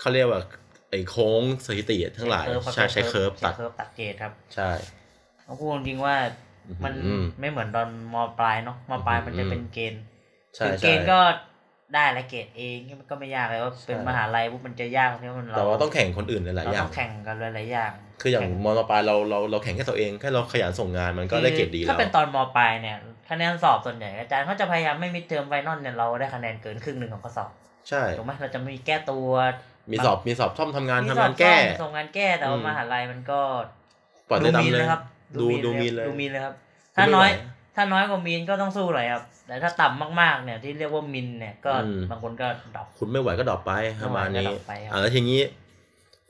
เขาเรียกว่าไอ้โค้งสถิติทั้งหลาย
ครับ
ใช่ใช้เคิร์ฟตัด
ใช้เคิร์ฟตัดเกรดครับ
ใช่
ต้องพูดจริงๆว่ามัน
อืม
ไม่เหมือนตอนมปลายเนาะมปลายมันจะเป็นเกณฑ์
ใช่
คือ
ใช่
เกณฑ์ก็ได้และเกรดเองมันก็ไม่ยากเลยว่าเป็น
ใช่
มหาลัยปุ๊บมันจะยากตรงที่มันเรา
แต่ว่าต้องแข่งคนอื่นหลายๆ
เรา
อย่า
ต้
ง
องแข่งกันหลายๆอย่าง
คืออย่างมอนปลายเราเราเราแข่งแค่ตัวเองแค่เราขยันส่งงานมันก็ได้เกรดดี
คือ
แล้
ถ้าว เป็นตอนมปลายเนี่ยคะแนนสอบส่วนใหญ่อาจารย์เขาจะพยายามไม่มีเทอมไฟนอลเนี่ยเราได้คะแนนเกินครึ่งหนึ่งของข้อสอบ
ใช่
ถูกไหมเราจะไม่มีแก้ตัว
มีสอบมีสอบท่อมทำงาน
มีส
ทำา
องบ
นแก้
ซ่อมส่งงานแก้แต่ว่ามหาลัยมันก็
ปล่อยได้ตามเลย
ครับ
ดูดูมีนเลย
ดูมีนเลยครับ
ดู
ถ้า
ไม่ไหว
น้อย ถ้าน้อยกว่ามินก็ต้องสู้หน่อยครับ แต่ถ้าต่ำมากๆเนี่ยที่เรียกว่ามินเนี่ยก็
อืม
บางคนก็ดรอป
คุณไม่ไหวก็ดรอปไปประมาณนี้
ไม่ไหวก็ดรอปไปครับ
อ่าแล้วทีนี้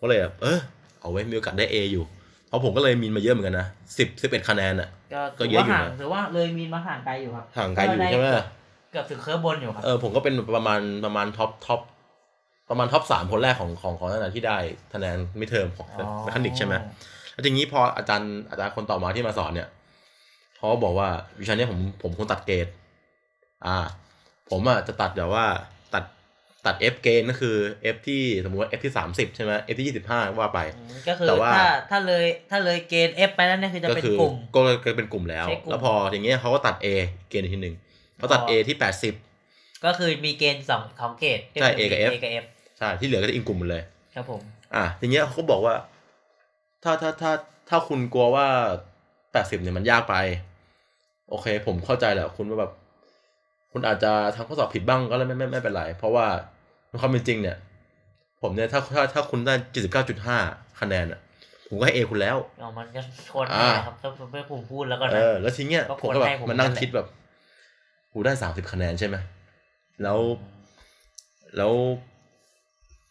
ก็เลยแบบเออเอาไว้มีโอกาสได้ A อยู่ เพราะผมก็เลยมินมาเยอะเหมือนกันนะสิบสิบเอ็ดคะแนนอะ
ก็
ก็
ถือ
เยอะ
ว่า
อยู่
ห่าง
นะ
ถือว่าเลยมินมาห่างไกลอยู่ครับ
ห่างไกลอยู่
ด้
ใช่ไหม
เกือบถึงเคิร์ฟบนอยู่ครับ
เออผมก็เป็นประมาณประมาณท็อปท็อปประมาณท็อปสามคนแรกของของของนั่นนะที่ได้คะแนนไม่เทอมของ
อ๋อ
เมคานิกใช่ไหม แล้วทีนี้พออาจารย์อาจารย์คนต่อมาที่มาสอนเนี่ยเขาบอกว่าวิชาเนี้ยผมผมควรตัดเกรดอ่า ผมอ่ะจะตัดแบบว่าตัดตัด F เกรดก็คือ F ที่สมมติว่า F ที่สามสิบใช่ไหม F ที่ยี่สิบห้าว่าไป
อืมก็คือ
แต่ว่า
ถ้าถ้าเลยถ้าเลยเกณฑ์เอฟไปแล้วเนี่ยคือจะ
ก็
เป็น
คื
กลุ่ม
ก็ก็เป็นกลุ่มแล้ว
ใช่กลุ่ม
แล้วพออย่างเงี้ยเขาก็ตัด A เกรดอีกทีหนึ่งเขาตัด A ที่แปดสิบ
ก็คือมีเกณฑ์สองของเกณฑ์
ใช่ A กับ F
เอกับเอฟ
ใช่ที่เหลือก็จะอิงกลุ่มหมดเลย
ครับผม
อ่ะทีเนี้ยเขาก็บอกว่า ถ้าถ้าถ้าถ้าคุณกลัวว่าแปดสิบเนี่ยมันยากไป โอเค ผมเข้าใจแหละคุณว่าแบบ คุณอาจจะทำข้อสอบผิดบ้างก็แล้วไม่ไม่ไม่เป็นไร เพราะว่าในความเป็นจริงเนี่ย ผมเนี่ยถ้าถ้าถ้าคุณได้เจ็ดสิบเก้าจุดห้าคะแนนอ่ะ ผมก็ให้เอคุณแล้ว
เอามันก็โคตรง่ายนะครับถ้าเพื่อนผมพูดแล้วก็
เอ
นะ
อ แล้วทีเนี้ย
ก็
ผ
ค
ม
วร
ก็แบ
ให้
บ
ผม
มานั่ง
นั่นแหละ
คิดแบบกูได้สามสิบคะแนนใช่ไหมแล้ว แล้ว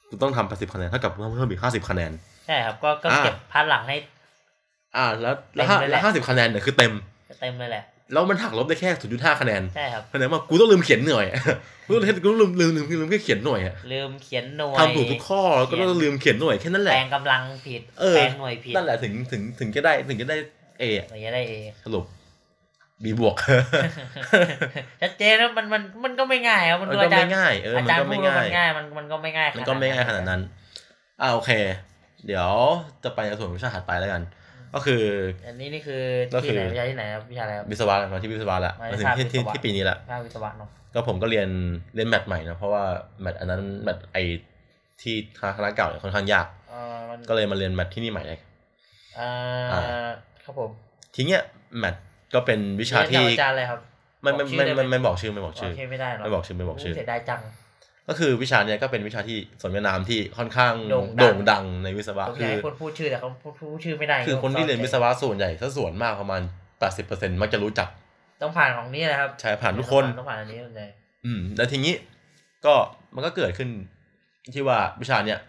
กูต้องทำแปดสิบคะแนนเท่ากับเพิ่มอีกห้าสิบคะแนน
ใช่ครับก็ก็
อ่า
เก็บพาร์ทหลังให้
อ่า แล้วแล้วห้า
เต็มเลยแห
แล้ว
ละ
ห้าสิบคะแนนเนี่ยคือเต็ม
เต็มเลยแหละ
แล้วมันหักลบได้แค่ 0.5 คะแนน
ใช่ครับ
แสดงว่ากูต้องลืมเขียนหน่อย กูต้องกูต้องลืมลืมลืมลืมแค่เขียนหน่อยอะ
ลืมเขียนหน่วย
ทำถูกทุกข้อแล้วก็
เขียน
ต้องลืมเขียนหน่วยแค่นั้นแห
แปล
ละ
งกำลังผิด
เออ
แปลงหน่วยผิด
นั่นแหละถึงถึงถึงจะได้ถึงจะได้เอ
หน่วยจะได้เอ
สรุปบีบวก
ชัดเจนแล้วมันมันมันก็ไม่ง่ายครับมัน
มัน
ก็
ก็
อาจาร
ไม่
ย์
ง่ายเออ
อา
มัน
จารย์
ก็
พู
ไม่
ดว่า
ง่าย
มันง่ายมันมันก็ไม่ง่าย
มันก็ไม่ง่ายขนาดนั้น อ่าโอเค เดี๋ยวจะไปในส่วนของวิชาถัดไปแล้วกัน ก็คือ
อันนี้นี่คือ
ก็คื
ที่
อ
ไหนวิชาที่ไหนครับวิชาอะไรครับ
วิศวะมาที่วิศวะละ
มา
มา
ที่
ถึงที่ที่
วิศวะ
ที่ปีนี้ละ
ภาควิศวะเนาะ
ก็ผมก็เรียนเรียนแมทใหม่นะเพราะว่าแมทอันนั้นแมทไอที่คณะเก่าเนี่ยค่อนข้างยาก
เออมัน
ก็เลยมาเรียนแมทที่นี่ใหม่เลย
เอ่
อ่
อครับผม
ทีเนี้ยแมทก็เป็นวิชา
เรีย
ที่
นกับอาจารย์อะไรครับ
ไม่ไม่
บอกชื่
ไม่
อ
ไม่ไม่
ได้ไหม
บอกชื่อไม่บอก
โอ
ชื่อ
เคไม่ได้หรอก
ไม่บอกชื่อไม่บอกชื่อ
เสียดายจัง
ก็คือวิชาเนี้ยก็เป็นวิชาที่สมญานามที่ค่อนข้าง
โด่งดัง
โด่งดังในวิศวะ
ผมอ
คือ
ยากให้คนพูดชื่อแต่เขาพูดพูดชื่อไม่ได้
คือคนที่เรียนวิศ
วะ
วะส่วนใหญ่ถ้าส่วนมากประมาณ 80%มักจะรู้จัก
ต้องผ่านของนี้นะครับ
ใช้ผ่านทุกคน
ต้องผ่านอันนี้เลย
อืมแล้วทีนี้ก็มันก็เกิดขึ้นที่ว่าวิชาเนี้ย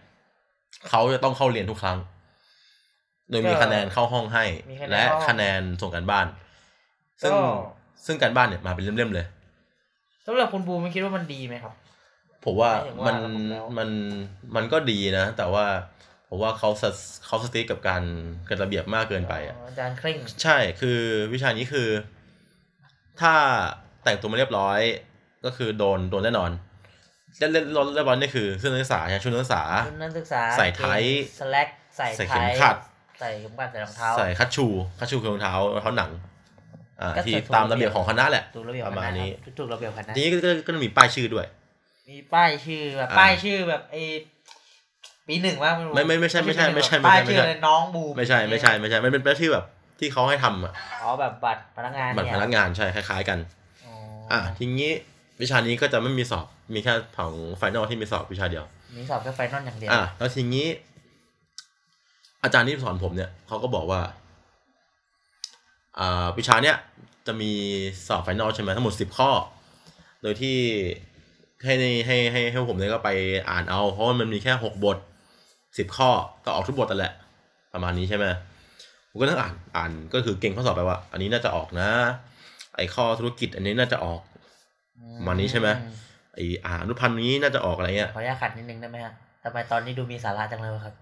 เขาจะต้องเข้าเรียนทุกครั้ง โดยมี
ก็
คะแนนเข้าห้องให้
มีคะแนน
และ
เข้าห้อง
คะแนนส่งกันบ้าน ซึ่ง
ก็
ซึ่งการบ้านเนี่ยมาเป็นเล่มๆเลย
สำหรับคุณบูมคิดว่ามันดีไหมครับ
ผมว่า
ห
มั
มา
น
ยถึงว่าระบบแล้ว
มันมันก็ดีนะ แต่ว่าผมว่าเขาสะเขาสติ๊กกับการกฎระเบียบมากเกินไปอ่ะ
อาจารย์เคร่ง
ใช่ คือวิชานี้คือ ถ้าแต่งตัวมาเรียบร้อย ก็คือโดนโดนแน่นอนเรียบเรียบเรียบร้อยนี่คือเสื้อนักศึกษาใช่ชุดนักศึกษา
ชุดนักศึกษา
ใส่ไทท์
สแล็กใส่
ใส่
ไท
เข็ม
ท์
ขัด
ใส่เข็มขัดใส่รองเท้า
ใส่คัชชู คัชชูคือรองเท้ารองเท้าหนัง อ่า
ก็
ที่
ใส่ถูก
ตามระเบียบของคณะแหละ
ถูกระเบียบ
ประมาณนี้
คณะถูกระเบียบคณะ
ทีนี้ก็ก็ก็มีป้ายชื่อด้วย
มีป้ายชื่อแบบ
อ่า
ป้ายชื่อแบบไอปีหนึ่งว่ารู้
ไม่ไม่ไม่ใช่ไม่ใช่ไม่ใช่ไม่ใช่
ป้ายชื่
ไม่
อ
ใช่
เลยน้องบู
ไม่ใช่ไม่ใช่ไม่ใช่ไม่เป็นป้ายชื่อแบบ ที่เขาให้ทำอ่ะ
อ๋อแบบบัตรพนักงาน
บัตรพ
เนี่ย
นักงานใช่คล้าย ๆ กัน
อ๋ออ
อ่าทีนี้วิชานี้ก็จะไม่มีสอบมีแค่ของไฟนอลที่มีสอบวิชาเดียว
มีสอบแค่ไฟนอลอย่างเดียว
อ่ะแล้วทีนี้ อาจารย์ที่สอนผมเนี่ยเขาก็บอกว่า อ่าวิชาเนี้ยจะมีสอบไฟนอลใช่ไหมทั้งหมดสิบข้อ โดยที่ให้ให้ให้ให้ผมเนี่ยก็ไปอ่านเอา เพราะว่ามันมีแค่หกบทสิบข้อก็ออกทุกบทแต่นแหละ ประมาณนี้ใช่ไหมผมก็นั่งอ่านอ่านก็คือเก่งข้อสอบไปว่า อันนี้น่าจะออกนะ ไอข้อธุรกิจ อันนี้น่าจะออก
อื
ประมาณนี้ใช่ไหม ไออ่าอนุพันธ์นี้น่าจะออกอะไรเงี้ย
ขออนุญาตขัดนิดนึงได้ไหมฮะทำไมตอนนี้ดูมีสาระจังเลยวะ ครับ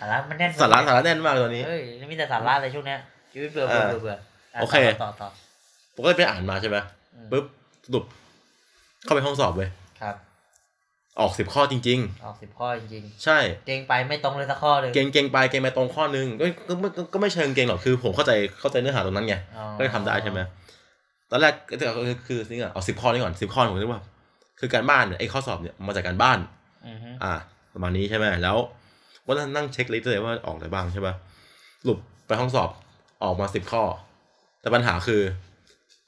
สาระมันแน่น
สาระสาระแน่นมากเลยตอนนี้
เฮ้ยมีแต่สาระเลยช่วงเนี้ยชีวิตเบื่อเบื่อเบื่อเบื่อ
โอเค
ต่อต่อ
ผมก็เลยไปอ่านมาใช่ไหม
อืม
ปุ๊บสรุปเข้าไปห้องสอบเว้ย
ครับ
ออกสิบข้อจริง
ออกสิบข้อจริง
ๆ ใช่
ๆ เก่งไปไม่ตรงเลยสักข้อเลย
เก่งเก่งไปเก่งไปตรงข้อนึงก็ก็ก็ก็ก็ไม่เชิงเก่งหรอกคือ ผมเข้าใจเข้าใจเนื้อหาตรงนั้นไง
อ๋อ
ก็เลยทำได้ใช่ไหมตอนแรกก็จะคือคือนี่ก่อนเอาสิบข้อนี้ก่อนสิบข้อผมนึกว่า คือการบ้านเนี่ยไอ้ข้อสอบเนี่ยมาจากการบ้าน
อือฮึ
อ่าประมาณนี้ใช่ไหมแล้วก็นั่งเช็คลิสต์เลยว่าออกอะไรบ้างใช่ป่ะสรุปไปห้องสอบออกมาสิบข้อ แต่ปัญหาคือ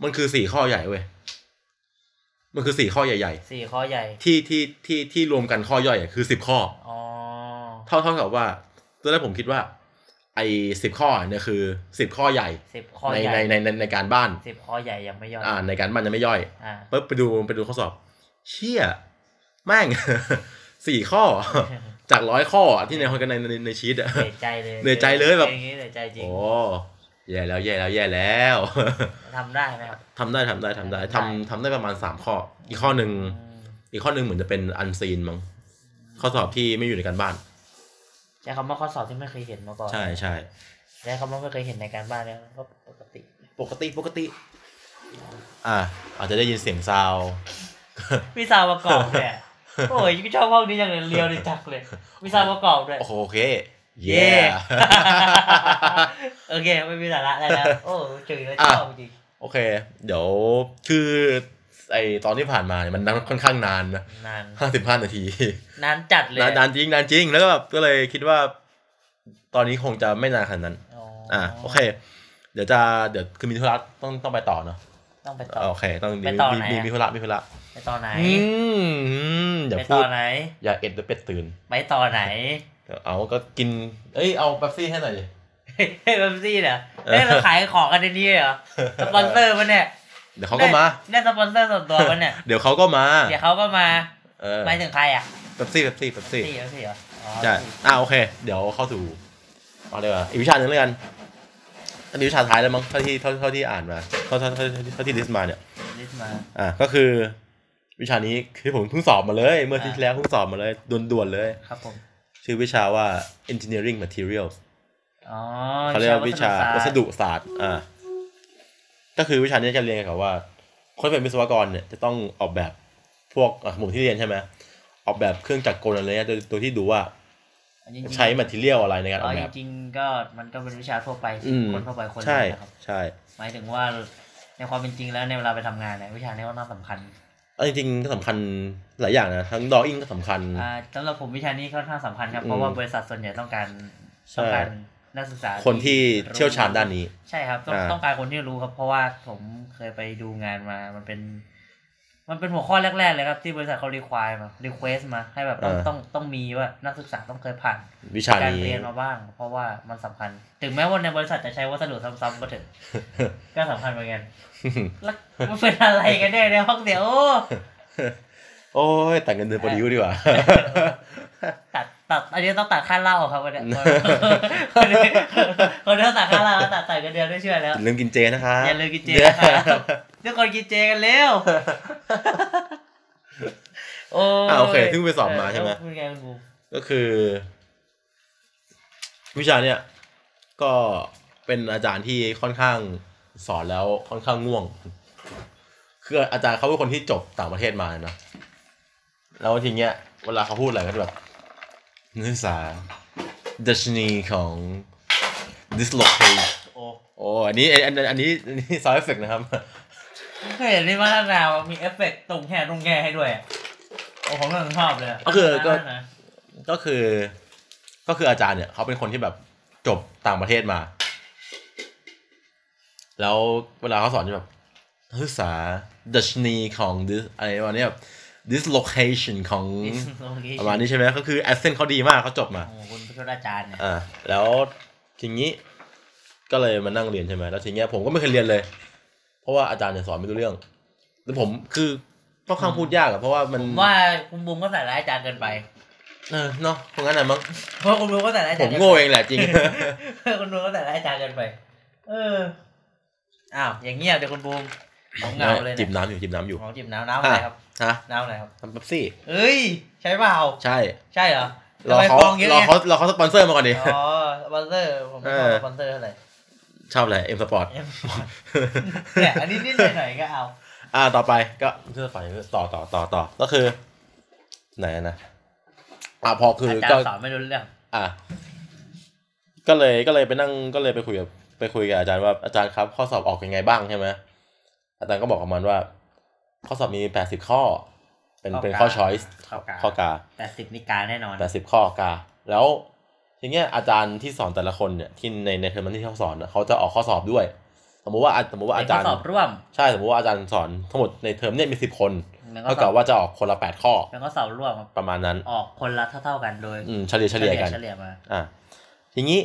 มันคือสี่ข้อใหญ่เว้ยมันคือสี่ข้อใหญ่ ๆ
สี่ข้อใหญ่
ที่ที่ที่ที่รวมกันข้อย่อยอะคือสิบข้อ
อ๋อ
เท่าเท่ากับว่าตอนแรกผมคิดว่า ไอ สิบข้อเนี่ยคือสิบข้อใหญ่
สิบข้อ
ใน
ใหญ่
ในในในในการบ้าน
สิบข้อใหญ่ยังไม่ย่อย
อ่า ในการบ้านจะไม่ย่อย
อ่า
ปุ๊บไปดูไปดูข้อสอบ เชี่ยแม่ง สี่ ข้อ จากร้อยข้ออะที่ในคนกันในในในชีตอะ
เหนื่อยใจเลย
เหนื่อยใจเลยแบบ
จอางงี้เหนื่อยใจจริง
โอ้แย่แล้วแย่แล้วแย่แล้ว
ทำได้ไหมครับ
ทำได้ทำได้ทำได้
ทำได้
ทำทำได้ประมาณสามข้อ อีกข้อหนึ่ง
อืม
อีกข้อหนึ่งเหมือนจะเป็นอันซีนมั้งข้อสอบที่ไม่อยู่ในการบ้าน
ใช้คำว่าข้อสอบที่ไม่เคยเห็นมาก่อน
ใช่ใช่
ใช้คำว่าไม่เคยเห็นในการบ้านเนี่ยก็ปกติ
ปกติปกติ อ่า อาจจะได้ยินเสียงซาว
วิชาประกอบ เนี่ยโอ้ยชอบห้องนี้จังเลยเรียวเลยจักเลยวิชาประกอบด้วย
โอเค
เย่
เย่
โอเคไม่มีสาระแล้วนะโอ้จืดเลยชอบจริง
โอเค เดี๋ยวคือไอตอนที่ผ่านมาเนี่ยมันนานค่อนข้างนานนะ
นาน
ห้าสิบห้า นาที
นานจัดเลย
นานนานจริงนานจริงแล้วก็แบบก็เลยคิดว่า ตอนนี้คงจะไม่นานขนาดนั้น อ่ะโอเค เดี๋ยวจะเดี๋ยวคือมีธุระต้องต้องไปต่อเนาะ
ต้องไปต่อ
โอเค ต้องมี
ไปต่อ
มี
ไหน
มี
อะ
มีธุระมีธุระ
ไปต่อไหน
อืมอืมอย่า
ไป
พู
ต่อ
ด
ไหน
อย่าเอ็ดเดี๋ยวเป็ดตื่น
ไปต่อไหน
เอาก็กิน เอ้ยเอาเป๊ปซี่ให้หน่อยดิ
เฮ้ยแบบซี่เนี่ยเฮ้ยเราขายของกันในนี้เหรอสปอนเซอร์มันเนี่ย
เดี๋ยวเขาก็มา
ได้ได้สปอนเซอร์ส่วนตัวมันเนี่ย
เดี๋ยวเขาก็มา
เดี๋ยวเขาก็มา
เออ
หมายถึงใครอ่ะ
เป๊ปซี่เป๊ปซี่เป๊ปซี่
สี่เหรอสี่เหรออ๋อ
ใช่อ่าโอเค เดี๋ยวเข้าสู่มาเลยว่ะอีกวิชาหนึ่งเลยกัน อันนี้วิชาท้ายแล้วมั้งเท่าที่เท่าเท่าที่อ่านมาเท่าเท่าเท่าเท่าที่ลิสต์มาเนี่ย
ลิสต์มา
อ่ะก็คือ วิชานี้คือผมเพิ่งสอบมาเลย เมื่ออา อาทิตย์ที่แล้วเพิ่งสอบมาเลยด่วนๆเลย
ครับผม
ชื่อวิชาว่า engineering materials
อ๋อ
เขาเรียกว่าวิชาวัส
ดุ
ดุศาสตร์ อ่า ก็คือวิชานี้จะเรียนเกี่ยวกับว่า คนเป็นวิศวกรเนี่ยจะต้องออกแบบพวกอ่ะผมที่เรียนใช่ไหมออกแบบเครื่องจักรกลอะไรเงี้ยโดยโดยที่ดูว่า
จริงๆ
ใช้ material อะไรในการอ
อ๋
อ
อก จ
แบบ
ริงๆก็มันก็เป็นวิชาทั่วไป
อืม
คนทั่วไปคนหนึ่
ใช่
งนะครับ
ใช่
หมายถึงว่าในความเป็นจริงแล้วในเวลาไปทำงานเนี่ยวิชานี้ก็น่าสำคัญ
เอาจริงๆก็สำคัญหลายอย่างนะ ทั้ง drawing ก็สำคัญ
อ่าสำหรับผมวิชานี้ค่อนข้างสำคัญครับ
อืม
เพราะว่าบริษัทส่วนใหญ่ต้องการ
ใช่
ต้องการนักศึกษา
คนที่เชี่ยวชาญด้านนี้
ใช่ครับต้อง
อ่า
ต้องการคนที่รู้ครับ เพราะว่าผมเคยไปดูงานมามันเป็น มันเป็นหัวข้อแรกๆเลยครับที่บริษัทเขารีควายมารีเควสมาให้แบบต้องต้องต้องมีว่านักศึกษาต้องเคยผ่าน
วิชา
การ
นี้
เรียนมาบ้าง เพราะว่ามันสำคัญ ถึงแม้ว่าในบริษัทจะใช้วัสดุซ้ำๆก็เถอะ ก็สำคัญเหมือนกัน แล้วมันเป็นอะไรกันเนี่ยในห้องเดียวโอ้
โอ้ยแต่งเงินเดือนโปรดิวดีกว่า
ตัดตัดอันนี้ต้องตัดค่าเหล้าครับวันเนี้ย คนนี้คนนี้ต้องตัดค่าเหล้าตัดตัดกันเดียวได้ช่วยแล้ว
อย่าลืมกินเจนะคะ
อย่าลืมกินเจนะครับทุกคนกินเจกันเร็ว โอ้ย
อ่าโอเคเพิ่งไปสอบมาใช่ไหม
เป็นไงคุณบูม
ก็คือ วิชาเนี่ย ก็เป็นอาจารย์ที่ค่อนข้างสอนแล้วค่อนข้างง่วง คืออาจารย์เขาเป็นคนที่จบต่างประเทศมาเนาะแล้วทีเนี้ย เวลาเขาพูดอะไรก็จะแบบนักศึกษาดัชนีของ dislocate
โอ้
โอ้อันนี้อันอันอันนี้อันนี้ซาวเอฟเฟกนะครับ
เคยเห็นนี่มาตั้งนานว่ามีเอฟเฟกต์ตรงแห่ตรงแง่ให้ด้วยอะโอ้ผมก็ชอบเลยะ
ก็คือก็
นั่นนะ
ก็คือ ก็คืออาจารย์เนี่ยเขาเป็นคนที่แบบจบต่างประเทศมา แล้วเวลาเขาสอนจะแบบนักศึกษาดัชนีของ this อะไรประมาณเนี้ยแบบ this location ของ
โอเค
ประมาณนี้ใช่ไหมก็คือ accent เขาดีมากเขาจบมา
โอ้คุณผู้ช่วยอาจารย์เนี่ย
อ่าแล้วทีนี้ก็เลยมานั่งเรียนใช่ไหมแล้วทีเนี้ยผมก็ไม่เคยเรียนเลย เพราะว่าอาจารย์เนี่ยสอนไม่รู้เรื่องแล้วผมคือค่อนข้างพูดยากอะเพราะว่ามัน
ผมว่าคุณบูมก็ใส่ร้ายอาจารย์เกินไป
เออเนาะเพราะงั้นอะมั้ง
เพราะคุณบูมก็ใส่ร้ายอา
ผ
จาร
ม
ย์เกินไป
โง่เองแหละ จริง
คุณบูมก็ใส่ร้ายอาจารย์เกินไป เออ อ้าว อย่างเงี้ยเดี๋ยวคุณบูมของเหงาเลย
จิบ
เนี่ย
น้ำอยู่จิบน้ำอยู่
ของจิบน้ำน้ำอะไรครับ
ฮะ
น้ำอะไรครับ
ทำเป๊ปซี่
เอ้ย ใช่เปล่า
ใช่
ใช่เหรอ
รอ
ทำไม
เขา
ฟองเยอะ
รอ
เนี่ย
เขารอเขาสปอนเซอร์มาก่อนดิ
อ๋อสปอนเซอร์ ผมไม่ชอบ
เออ
สปอนเซอร์เท่าไหร่
ชอบอะไรเอ็มสปอร์ต
เนี่ยอันนี้นิดหน่อยๆก็เอา
อ่าต่อไปก็เพื่อฝ่ายต่อต่อต่อต่อก็คือ ไหนนะอ่าพอคือ
อาจาร
ก็
ย์สอนไม่รู้เรื่อง
อ่าก็เลยก็เลยไปนั่งก็เลยไปคุยกับไปคุยกับอาจารย์ว่าอาจารย์ครับ ข้อสอบออกยังไงบ้างใช่ไหมอาจารย์ก็บอกประมาณว่า ข้อสอบมีแปดสิบข้อ เป็นเป็น
ข้
ข้อก
อา
ช้อยส์
ข้อกา
ข้อกา
แต่สิบนิกาแน่นอน
แปดสิบข้อกา แล้วทีเนี้ยอาจารย์ที่สอนแต่ละคนเนี่ยที่ในในเทอมนั้นที่เขาสอนน่ะเขาจะออกข้อสอบด้วย สมมุติว่าอาสมมุติว่าอาจารย์
เป็นข้อสอบร่วม
ใช่สมมุติว่าอาจารย์สอนทั้งหมดในเทอมเนี่ยมีสิบคน
เป็นข้อ
เท่า
ส
กั
อ
บบ ว่าจะออกคนละแปดข้อ
เป็นข้อสอบร่วมครับ
ประมาณนั้น
ออกคนละเท่าๆกันโดย
อืมเฉลี่ยเฉลี่ยกัน
เฉลี่ยมา
อ่ะทีนี้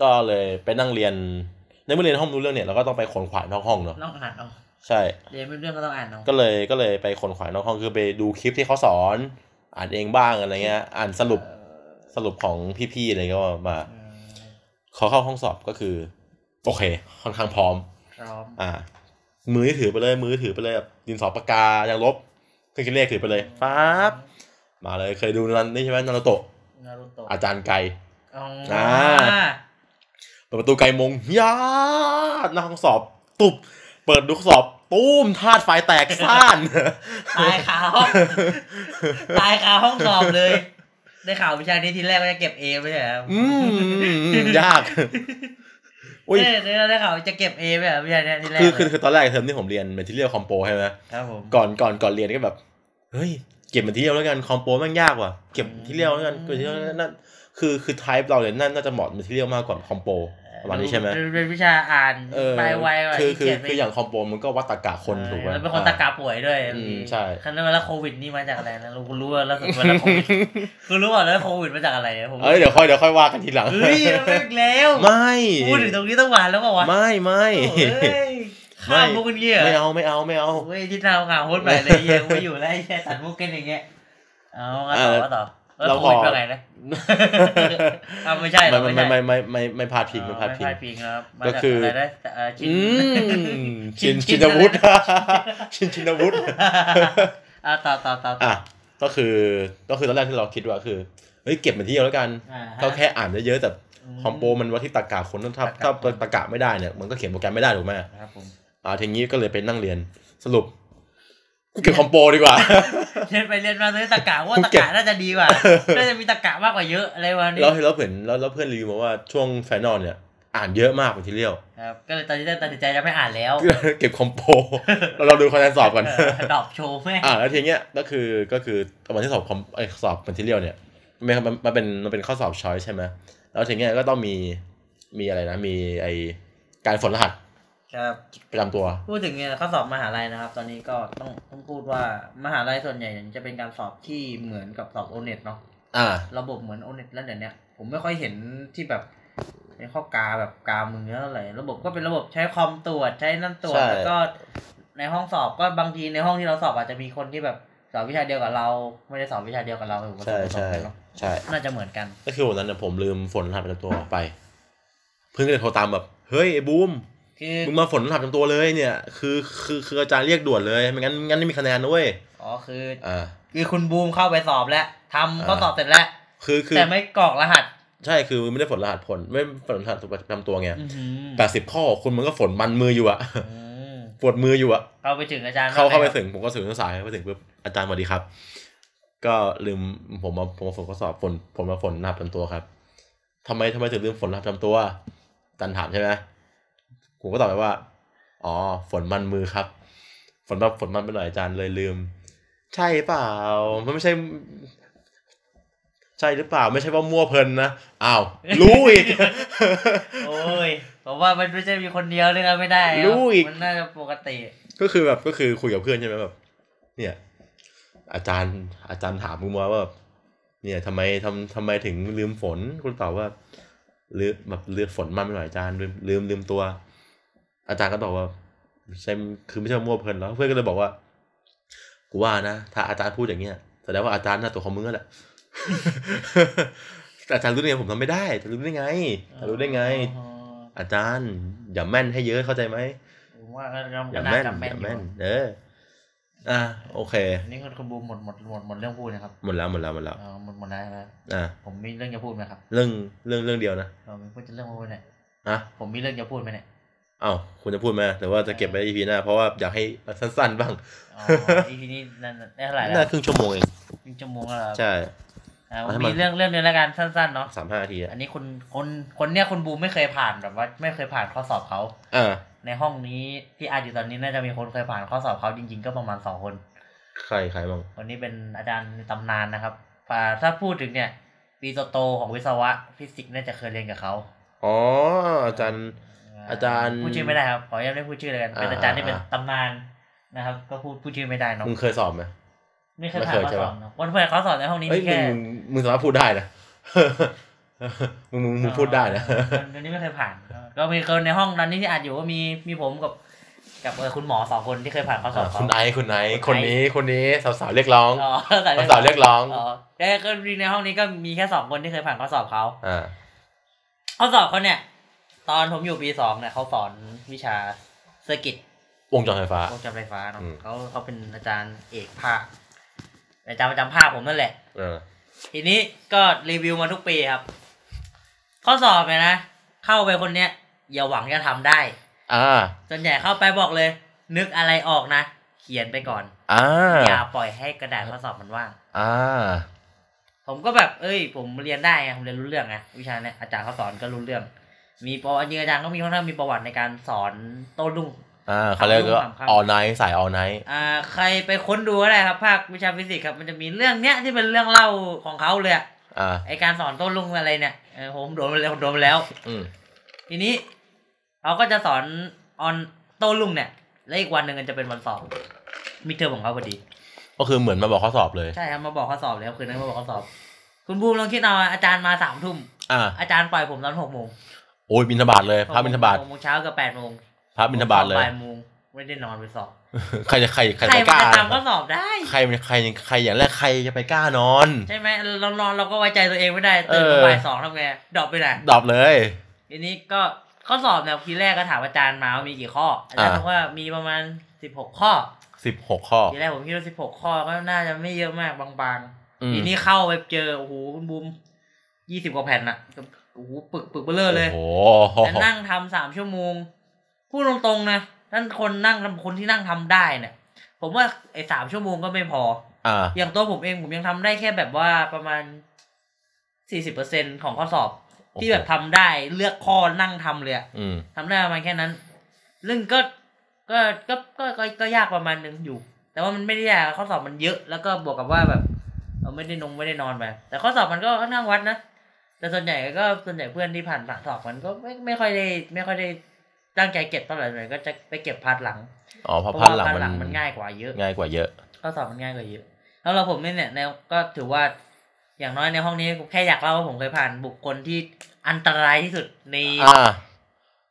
ก็เลยไปนั่งเรียน ในเมื่อเรียนห้องรู้เรื่องเนี่ยเราก็ต้องไปขนขวายนอกห้องเนาะ
ต้องอ่านเอา
ใช่
เรียนไม่รู้เรื่องก็ต้องอ่านเอา
ก็เลยก็เลยไปขนขวายนอกห้องคือไปดูคลิปที่เขาสอน อ่านเองบ้างอะไรเงี้ย อ่านสรุป
เออ
สรุปของพี่ๆอะไรก็มา
อืม
เขาเข้าห้องสอบก็คือ โอเค ค่อนข้างพร้อม
พร้อม
อ่า มือถือไปเลยมือถือไปเลยแบบดินสอปากกายังลบเครื่องคิดเลขถือไปเลยฟ้าบมาเลยเคยดูนั้นนี่ใช่ไหมนารูโตะ
นารุโตะ
อาจารย์ไกร
อ๋อ
อ่
อ่า
า เปิดประตูไกลมงยาดหน้าห้องสอบ ตุบ เปิดดูข้อสอบ ตู้มธาตุไฟแตกซ่าน
ตายขาห้อง ตายขาห้องสอบเลย ได้ข่าววิชานี้ทีแรกว่าจะเก็บเอไม่ใช่เหรอครับ
อืมยากอุ้ย
เออได้ข่าวจะเก็บเอไม่ใช่เหรอวิชานี้ทีแรก
คือคือ
เลย
คือตอนแรกเทอมที่ผมเรียน material compo ใช่ไหม
ครับผม
ก่อนก่อนก่อนเรียนก็แบบ เฮ้ย เก็บ material แล้วกัน compo แม่งยากว่ะ เก็บ material แล้วกันเก็บ material นั่นคือคือ type เราเนี่ยน่าจะเหมาะ material มากกว่า compo ประมาณนี้ใช่ไหม
เป็นวิชาอ่าน
เออ
ไปไวกว่า
คือคือ
เกียจไป
คืออย่าง compo มันก็วัดตรรกะคนถูกไหม
แล้วเป็นคนตะกาป่วยด้วย
อืมใช่
คันนั้นแล้วโควิดนี่มาจากอะไรนะเรารู้ว่าแล้วสุดวันแล้วโควิดคือรู้ว่าแล้วโควิดมาจากอะไรนะผม
เอ้ยเดี๋ยวค่อยเดี๋ยวค่อยว่ากันทีหลัง
เฮ้ยมันเลิกแล้ว
ไม่
พูดถึงตรงนี้ต้องหวานแล้วเปล่าวะ
ไม่ไม่
โอ้ยข้ามมุกกันเงี้ย
ไม่
เหรอ
เอาไม่เอาไม่เอา
เว้ยที่เราหาโฮสต์ใหม่เลยเหี้ยกูไม่อยู่แล้วไอ้แค่ตัดมุกกันอย่างเงี้ยเอางั้นต่อว่าต่อเออ
เรา
โค
ขอ
วิดเป็นไง นะเอาไม่ใช่เหร
ไม่
อ
ไม่ไม่ไม่ไม่ไม่ไม่พาดพิง
อ๋อ
ไม่พาดพิง
ไม่พลาดพิงครับมา
ก็
จาก
คือ
อะไรนะเอ่อชิ้น
อืม
ชิ
ชิ
น
น
ชิ
ชิ
น
นวุฒิ
อะไร
ชินชินวุฒิ
อ่ะต่อต่อต่อต่อ
อ่ะก็คือก็คือตอนแรกที่เราคิดว่าคือเฮ้ยเก็บมาเที่ยวแล้วกัน
อ่าฮะ
เขาแค่อ่านเยอะๆแต่
ม
คอมโปมันว่าที่ตรรกะคนถ้าถ้า
ตรรกะ
ตรรกะไม่ได้เนี่ยมันก็เขียนโปรแกรมไม่ได้ถูกไหม
ครับผม
อ่าทีนี้ก็เลยไปนั่งเรียนสรุปกูเก็บคอมโปดีกว่า
เรียนไปเรียนมาเลยตะกะว่า
กู
ตะ
เก็บ
กะน่าจะดี กว่าน่าจะมีตะกะมากกว่าเยอะอะไรวันนี้
แล้วแล้วเพื่อนแล้วแล้วเพื่อนรีวิวมาว่าช่วงไฟนอลเนี่ยอ่านเยอะมากมาทีเดียว
ครับก็เลยตอนนี้ตัดสินใจจะไม่อ่านแล้ว
เก็บคอ มโปเราเราดูคะแนนสอบก่อน
เออ ดอกโชว์แม่ง
อ่าแล้วทีเนี้ยก็คือก็คือวันที่สอบคอมไอยสอบมันที่เรียวเนี่ยมันมันมันเป็นมันเป็นข้อสอบช้อยใช่ไหมแล้วทีเนี้ยก็ต้องมีมีอะไรนะมีไอการฝนรหัส
ครับ
ประจำตัว
พูดถึงเนี่ยข้อสอบมหาลัยนะครับ ตอนนี้ก็ต้องต้องพูดว่ามหาลัยส่วนใหญ่เนี่ยจะเป็นการสอบที่เหมือนกับสอบโอเน็ตเนาะ
อ่า
ระบบเหมือนโอเน็ตแล้วเดี๋ยวเนี้ยผมไม่ค่อยเห็นที่แบบเป็นข้อกาแบบกามือเท่าไหร่ระบบก็เป็นระบบใช้คอมตรวจใช้นั่นตรวจ
ใช่
แล้วก็ในห้องสอบก็บางทีในห้องที่เราสอบอาจจะมีคนที่แบบสอบวิชาเดียวกับเรา ไม่ได้สอบวิชาเดียวกับเราผมก็
ใช่
สอบ
ใช่
ไปเนาะ
ใช่
น่าจะเหมือนกัน
ก็คือวันนั้นเนี่ยผมลืมฝนรหัสประจำตัวไป เพื่อนก็เลยโทรตามแบบเฮ้ยไอ้บูม
คือ
มึงมาฝนรหัสประจำตัวเลยเนี่ยคือคือคืออาจารย์เรียกด่วนเลยไม่งั้นงั้นไม่มีคะแนนนะเว้ย
อ๋อคือ
อ่า
คือคุณบูมเข้าไปสอบแล้วทำข้อ
อ่า
สอบเสร็จแล้ว
คือคือ
แต่ไม่กรอกรหัส
ใช่คือไม่ได้ฝนรหัสผลไม่ฝนรหัสประจำตัวไงแปดสิบข้อคุณมันก็ฝนมันมืออยู่อะ
อืม
ปวดมืออยู่อะ
เข้าไปถึงอาจารย์
เข้าเข้าไป
ว่ง
ถึงผมก็ถึงสายเข้าไปถึงปุ๊บอาจารย์สวัสดีครับ ก็ลืมผมมาผมมาฝนข้อสอบฝนผมมาฝนหน้าประจำตัวครับทำไมทำไมถึงลืมฝนหน้าประจำตัวอาจารย์ถามใช่ไหมผมก็ตอบไปว่า อ๋อ ฝนมันมือครับ ฝนแบบฝนมันไปหน่อยอาจารย์เลยลืม ใช่เปล่า มันไม่ใช่ ใช่หรือเปล่า ไม่ใช่ว่ามั่วเพลินนะอ้าวรู้อีก
โอ้ยผมว่ามันไม่ใช่มีคนเดียวเลยนะไม่ได้
รู้อีก
มันน่าจะปกติ
ก็คือแบบก็คือคุยกับเพื่อนใช่ไหมแบบ เนี่ย อาจารย์อาจารย์ถามมึงมาว่าแบบเนี่ยทำไมทำทำไมถึงลืมฝนคุณตอบว่าลืมแบบลืมฝนมันไปหน่อยอาจารย์ลืมลืมลืมตัว อาจารย์ก็ตอบว่าใช่คือไม่ใช่มั่วเพลินแล้วเพื่อนก็เลยบอกว่า กูว่านะถ้าอาจารย์พูดอย่างเงี้ยแสดงว่าอาจารย์น่าตัวของมึงนั่นแหละ แต่อาจารย์รู้ได้ไงผมทำไม่ได้แต่รู้ได้ไงแต่รู้ได้ไง
อ๋อ
อาจารย์อย่าแม่นให้เยอะเข้าใจไหม
ผมว่าก็
อ
จำ
ย่า
น่า
แม่น
จำ
อ
แม่น
ย่า
อยู่
แม่นเออ อ่ะโอเค
อันนี่คุณคุณบูมหมดหมดหมดหมดเรื่องพูดนะครับ
หมดแล้วหมดแล้วหมดแล้ว
เออหมดหมดแล้วนะ
อ่ะ
ผมมีเรื่องจะพูดไหมครับ
เรื่องเรื่องเรื่องเดียวนะ
เรามีพูดจะเรื่องพูดไหมเนี่ย
ฮะ
ผมมีเรื่องจะพูดไหมเนี่ย
เอ้าคุณจะพูดไหมหรือว่าจะเก็บไว้ EP หน้าเพราะว่าอยากให้สั้นๆบ้าง
อ๋อ EP นี้นั่นได้เท่าไหร่แล้
น่าว ครึ่งชั่วโมงเอง
มีชั่วโมงแล้วเหรอ
ใช่
อ่า
เอาให้
ผม
มั
มี
น
เรื่องเรื่องหนึงแล้วกันสั้นๆเนาะ
สามห้านาทีอะ
อันนี้คุณคนคนเนี้ยคุณบูมไม่เคยผ่านแบบว่า ไม่เคยผ่านข้อสอบเขา
อ่ะ
ในห้องนี้ที่อาจอยู่ตอนนี้น่าจะมีคนเคยผ่านข้อสอบเขาจริง ๆ ก็ประมาณสองคน
ใครใครบ้าง
คนนี้เป็นอาจารย์ในตำนานนะครับอ่าถ้าพูดถึงเนี่ยปีโตๆของวิศวะฟิสิกส์น่าจะเคยเรียนกับเขา
อ๋ออาจารย์ อาจารย์
พูดชื่อไม่ได้ครับขออนุญาตไม่พูดชื่อเลยกันเป็น
อ่า
อาจารย์ที่เป็น
อ่า
ตำนานนะครับ ก็พูดพูดชื่อไม่ได้เนาะ
มึงเคยสอบไหม
ไม่เคย
ไม่
ผ่าน
เคยใช่
ข้อสอ
ปะ
บเนาะวันเพื่อนข้อสอบในห้องนี้
เอ้ยมึ
มี แค่
งมึงสามารถพูดได้นะ มึงมึงมึงพูดได้นะ
ตอนนี้ไม่เคยผ่าน ก็มีคนในห้องนั้นที่อัดอยู่ก็มีมีผมกับ กับเอ่อคุณหมอสองคนที่เคยผ่านข้อสอบ
คุณ
เขา
ไอซ์คุณไอซ์ค
คุ
น
ณไอซ์
นี้คนนี้สาวสาวๆเรียกร้อง
อ๋อ
สาวสาวๆเรียกร้อง
อ๋อแต่ก็ในห้องนี้ก็มีแค่สองคนที่เคยผ่านข้อสอบเขา
อ่า
ข้อสอบเขาเนี่ย ตอนผมอยู่ปีสองเนี่ยเขาสอนวิชาเซอร์กิต
วงจรไฟฟ้า
วงจรไฟฟ้าเนาะ
อืม
เขาเขาเป็นอาจารย์เอกภาคอาจารย์ประจำภาคผมนั่นแหละ
เออ
ทีนี้ก็รีวิวมาทุกปีครับ ข้อสอบเนี่ยนะ เข้าไปคนเนี้ยอย่าหวังจะทำได้
อ่า
ส่วนใหญ่เข้าไปบอกเลย นึกอะไรออกนะ เขียนไปก่อน
อ่า
อย่าปล่อยให้กระดาษข้อสอบมันว่าง
อ่า
ผมก็แบบ เอ้ย ผมเรียนได้ไงผมเรียนรู้เรื่องไงวิชาเนี้ยอาจารย์เขาสอนก็รู้เรื่อง มีประวัติจริงๆอาจารย์ก็มีค่อนข้างมีประวัติในการสอนโต้รุ่ง
อ่าเขาเรียกว่า
สามครั้ง
all night สาย all night
อ่าใครไปค้นดูก็ได้ครับภาควิชาฟิสิกส์ครับมันจะมีเรื่องเนี้ยที่เป็นเรื่องเล่าของเขาเลยอะ
อ่า
ไอการสอนโต้นลุงอะไรเนี่ยเออผมโดนมาแล้วผมโดนมาแล้ว
อืม
ทีนี้เขาก็จะสอนออนโต้นลุงเนี่ยแล้วอีกวันหนึ่งมันจะเป็นวันสอบมิดเทอมของเขาพอดี
ก็คือเหมือนมาบอกข้อสอบเลย
ใช่ครับมาบอกข้อสอบแล้วคืนนั้นมาบอกข้อสอบ คุณบูมลองคิดเอาอาจารย์มาสามทุ่ม
อ่า
อาจารย์ปล่อยผมตอนหกโมง
โอ้ยบินทบาทเลยพระบินทบาท
หกโมงเช้ากับแปดโมง
พระบินทบาทเลย
บ่ายโมงไม่ได้นอนไปสอบ
ใครจะใครใคร
ใคร
จะก
มัน
ล้า
จะตามข้อสอบได้
ใครมันใครใครอย่างแรกใครจะไปกล้านอน
ใช่ไหมเรานอนเราก็ไว้ใจตัวเองไม่ได้ตื่นมา
เออ
บ่ายสองทำไงดรอปไปไหน
ดรอปเลย
ทีนี้ก็ข้อสอบเนี่ยทีแรกก็ถามอาจารย์มาว่ามีกี่ข้ออาจารย์
อ่า
บอกว่ามีประมาณสิบหกข้อ
สิบหกข้อ
ทีแรกผมคิดว่าสิบหกข้อก็น่าจะไม่เยอะมากบาง
อืม
ๆทีนี้เข้าไปเจอโอ้โหคุณบูมยี่สิบกว่าแผ่นอะโอ้โหปึกปึกเบลเลอร์เลย
โอ้โห
แต่นั่งทำสามชั่วโมงพูดตรงๆนะนั่นคนนั่งทำคนที่นั่งทำได้เนี่ยผมว่าไอ้สามชั่วโมงก็ไม่พอ
อ่า
อย่างตัวผมเองผมยังทำได้แค่แบบว่าประมาณสี่สิบเปอร์เซ็นของข้อสอบ
โอ้โห
ที่แบบทำได้เลือกข้อนั่งทำเลยอะ
อืม
ทำได้ประมาณแค่นั้นเรื่องก็ก็ก็ก็ก็ก็ยากประมาณหนึงอยู่ แต่ว่ามันไม่ได้ยากข้อสอบมันเยอะแล้วก็บวกกับว่าแบบเราไม่ได้นงไม่ได้นอนไปแต่ข้อสอบมันก็ค่อนข้างวัดนะแต่ส่วนใหญ่ก็ส่วนใหญ่เพื่อนที่ผ่านสอบมันก็ไม่ไม่ค่อยได้ ไม่ค่อยได้ตั้งใจเก็บเท่าไหร่เลยก็จะไปเก็บพาร์ทหลัง
อ๋อเพราะ
เพ
พัน
ราะ
หลั
ว่าง พาร์ทหลัง
มั
มันนง่ายกว่าเยอะ
ง่ายกว่าเยอะ
ข้อสอบมันง่ายกว่าเยอะแล้วเราผมเนี่ยในก็ถือว่าอย่างน้อยในห้องนี้แค่อยากเล่าว่าผมเคยผ่านบุคคลที่อันตรายที่สุดใน
อ่า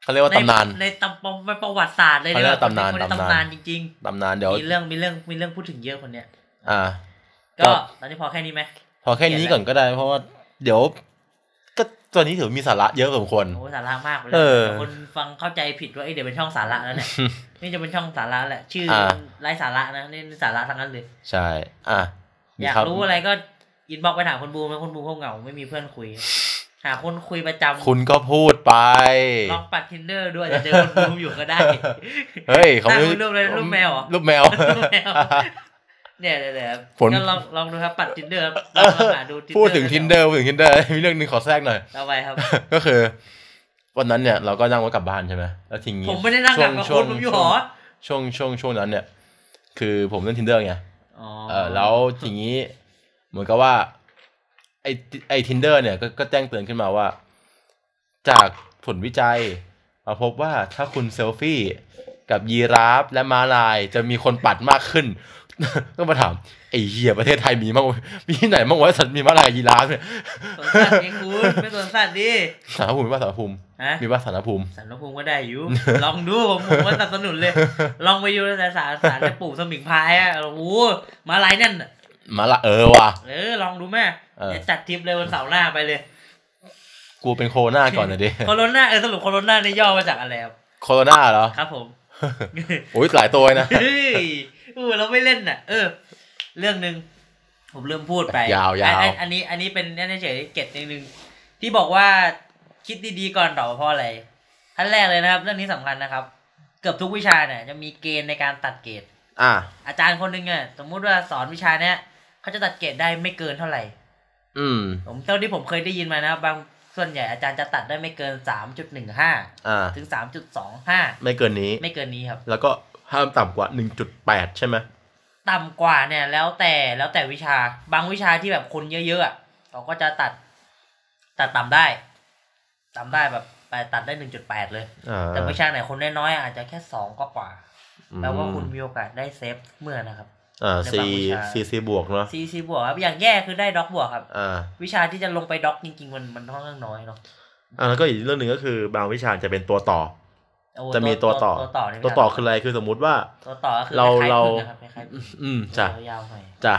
เขาเรียกว่าตำนาน
ใในตำปมประวัติศาสตร์เลย
เขาเรียกว่าตำนาน
ค
ตำนาน
ใตำนานจริง
ตำนานเดี๋ยว
ๆมีเรื่องมีเรื่องมีเรื่องพูดถึงเยอะคนเนี้ย
อ่า ก็
ก็ตอนนี้พอแค่นี้ไหม
พอแค่นี้ก่อนก็ได้ เพราะว่าเดี๋ยว ก็ตัวนี้ถือมีสาระเยอะสมควร
โอ้สาระมากเลย
เออ
ดี๋ยวคนฟังเข้าใจผิดว่าเอ้ยเดี๋ยวเป็นช่องสาระแล้ว เนี่ย นี่จะเป็นช่องสาระแหละ ชื่ออา ไร้สาระนะนี่สาระทั้งนั้นเลย
ใช่ อ่ะมี
อยาก
คบ
รู้อะไรก็อินบอกไปถามคนบูมนะคนบูมเขาเหงาไม่มีเพื่อน คุย หาคนคุยประจำ
คุณก็พูดไป
ลองปัด tinder ด้วยจะเจอคนรูมอยู่ก็ได้
เฮ้ยเขา
ตั้งรูปอะไรรูปแมวเหรอ
รูปแมว
รูปแมว เนี่ยเดี๋ยวเดี๋ยว
ผล
ก็ลองลองดูครับปัด tinder ครับล
เอ
อง
อ
หาดู Tinder
พูดถึงทินเดอร์พูดถึงทินเดอร์มีเรื่องหนึงขอแทรกหน่อย
ต่อไปครับ
ก็คือ วันนั้นเนี่ยเราก็นั่งรถกลับบ้านใช่ไหมแล้วทีนี้
ผมไม่ได้นั่งกับ
ช่
คุ
ว
ณผมอยู่ห
ช่ว
อง
ช่วงช่วงช่วงนั้นเนี่ย คือผมเล่นทินเดอร์ไง
อ๋อ
เออแล้วทีนี้เหมือนกับว่า ไอไอทินเดอร์เนี่ยก็ก็แจ้งเตือนขึ้นมาว่า จากผลวิจัย มาพบว่าถ้าคุณเซลฟี่กับยีราฟและม้าลายจะมีคนปัดมากขึ้น ก็มาถามไอเหี้ยประเทศไทยมีมั้งว ะมีที่ไหนมั้งวะสัตว์มีม้าลายกับยีราฟเนี่ย
สวนสัตว์เองคุณไม่สวนสัตว์ดิ
สารภูมิมีป่ะสารภูมิ
ฮะ
มีป่ะสารภูมิ
สันนภูมิก็ได้อยู่ ลองดูผมผมว่าสนับสนุนเลย ลองไปดูในสารสารจะปลูกสมิงพรายอ่ะโอ้โหมาลายนั่นน่ะ
มาละเออว่ะ
เออลองดูแม่
เออ
เดี๋ยวจัดทริปเลยวันเสาร์หน้าไปเลย
กูเป็นโคโรนาก่อน นะดิ
โคโรนาเออสรุปโคโรนาเนี่ยย่อมาจากอะไรครับ
โคโรนาเหรอ
ครับผม
โอ้ยหลายตัวเลยนะ
เฮ้ยเออเราไม่เล่นน่ะ เออ เรื่องหนึ่งผมเริ่มพูดไป
ยาว
อัน
ยาว
อันอันนี้ อันนี้เป็นนั่นเฉยๆเกร็ดนิดนึงที่บอกว่าคิดดีๆก่อนตอบเพราะอะไรอันแรกเลยนะครับ เรื่องนี้สำคัญนะครับ เกือบทุกวิชาเนี่ยจะมีเกณฑ์ในการตัดเกรด
อ่ะ
อาจารย์คนหนึ่งเนี่ยสมมุติว่าสอนวิชาเนี้ยเขาจะตัดเกรดได้ไม่เกินเท่าไหร่
อืม
ผมเท่าที่ผมเคยได้ยินมานะครับบางส่วนใหญ่อาจารย์จะตัดได้ไม่เกินสามจุดหนึ่งห้า
อ่า
ถึงสามจุดสองห้า
ไม่เกินนี้
ไม่เกินนี้ครับ
แล้วก็ห้ามต่ำกว่า 1.8 ใช่ไหม
ต่ำกว่าเนี่ย แล้วแต่แล้วแต่วิชา บางวิชาที่แบบคนเยอะๆอะเขาก็จะตัด ตัดต่ำได้ต่ำได้แบบไปตัดได้หนึ่งจุดแปดเลย
อ่า
แต่วิชาไหนคนน้อยๆอาจจะแค่สองก็กว่าแปลว่าคุณมีโอกาสได้เซฟเมื่อนะครับ
อ่า
ใน
ซี
บางวิชา
ซีซีบวกเนาะ
ซีซีบวกครับอย่างแย่คือได้ด็อกบวกครับ
อ่า
วิชาที่จะลงไปด็อกจริงๆมันมันค่อนข้างน้อยเนาะ
อ่าแล้วก็อีกเรื่องหนึ่งก็คือบางวิชาจะเป็นตัวต่อ
โอ้
จะมีตัวต่อ
ตัวต่อใน
ตัว
วิชา
ต่อคืออะไรคือสมมุติว่า
ตัวต่อก็คือ
เรา
คล้ยๆ
เรา
พึ่งอะครับคล้ายๆพึ่ง
อืมจ้ะ
ยาวๆหน่อย
จ้ะ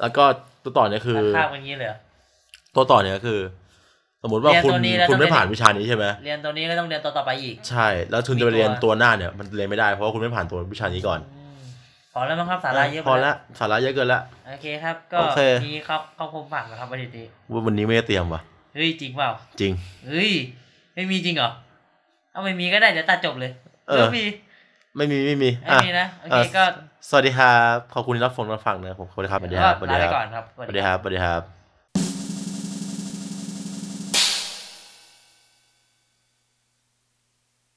แล้วก็ตัวต่อเนี่ยคือ
ข้ามกันนี้เลยเหรอ
ตัวต่อเนี่ยก็คือ สมมติว่า
เรียน
คุณ
ตัวนี้แล้ว
คุณไม่
ต้องเรียน
ผ่านวิชานี้ใช่ไหม
เรียนตัวนี้ก็ต้องเรียนตัวต่อไปอีก
ใช่ แล้วคุณ
มี
จะไปเรียน
ตัว
ตัวหน้าเนี่ยมันเรียนไม่ได้เพราะว่าคุณไม่ผ่านตัววิชานี้ก่อน
อืมพอแล้วมั้งครับสาระเยอะ
พอ
ไป
ละสาระเยอะเกินละ
โอเคครับ ก็
โอเค
มีครับเข้าคมฝังนะครับวันนี้
ว่าวันนี้ไม่ได้เตรียมว่ะ
เฮ้ยจริงเปล่า
จริง
เฮ้ยไม่มีจริงเหรอเอาไม่มีก็ได้เดี๋ยวตัดจบเลย
เออ
แล้วมี
ไม่มีไม่มี
ไม่
อ่ะ
มีนะโอ
เอ่อ
เคก็
สวัสดีครับขอบคุณที่รับฟังรับฟังนะผมสวัสดีครับสวัสดีครับสวัส
ก็
ดีค
ลาไป
รับ
ก่อนครับ
สวัสดีครับสวัสดีครับ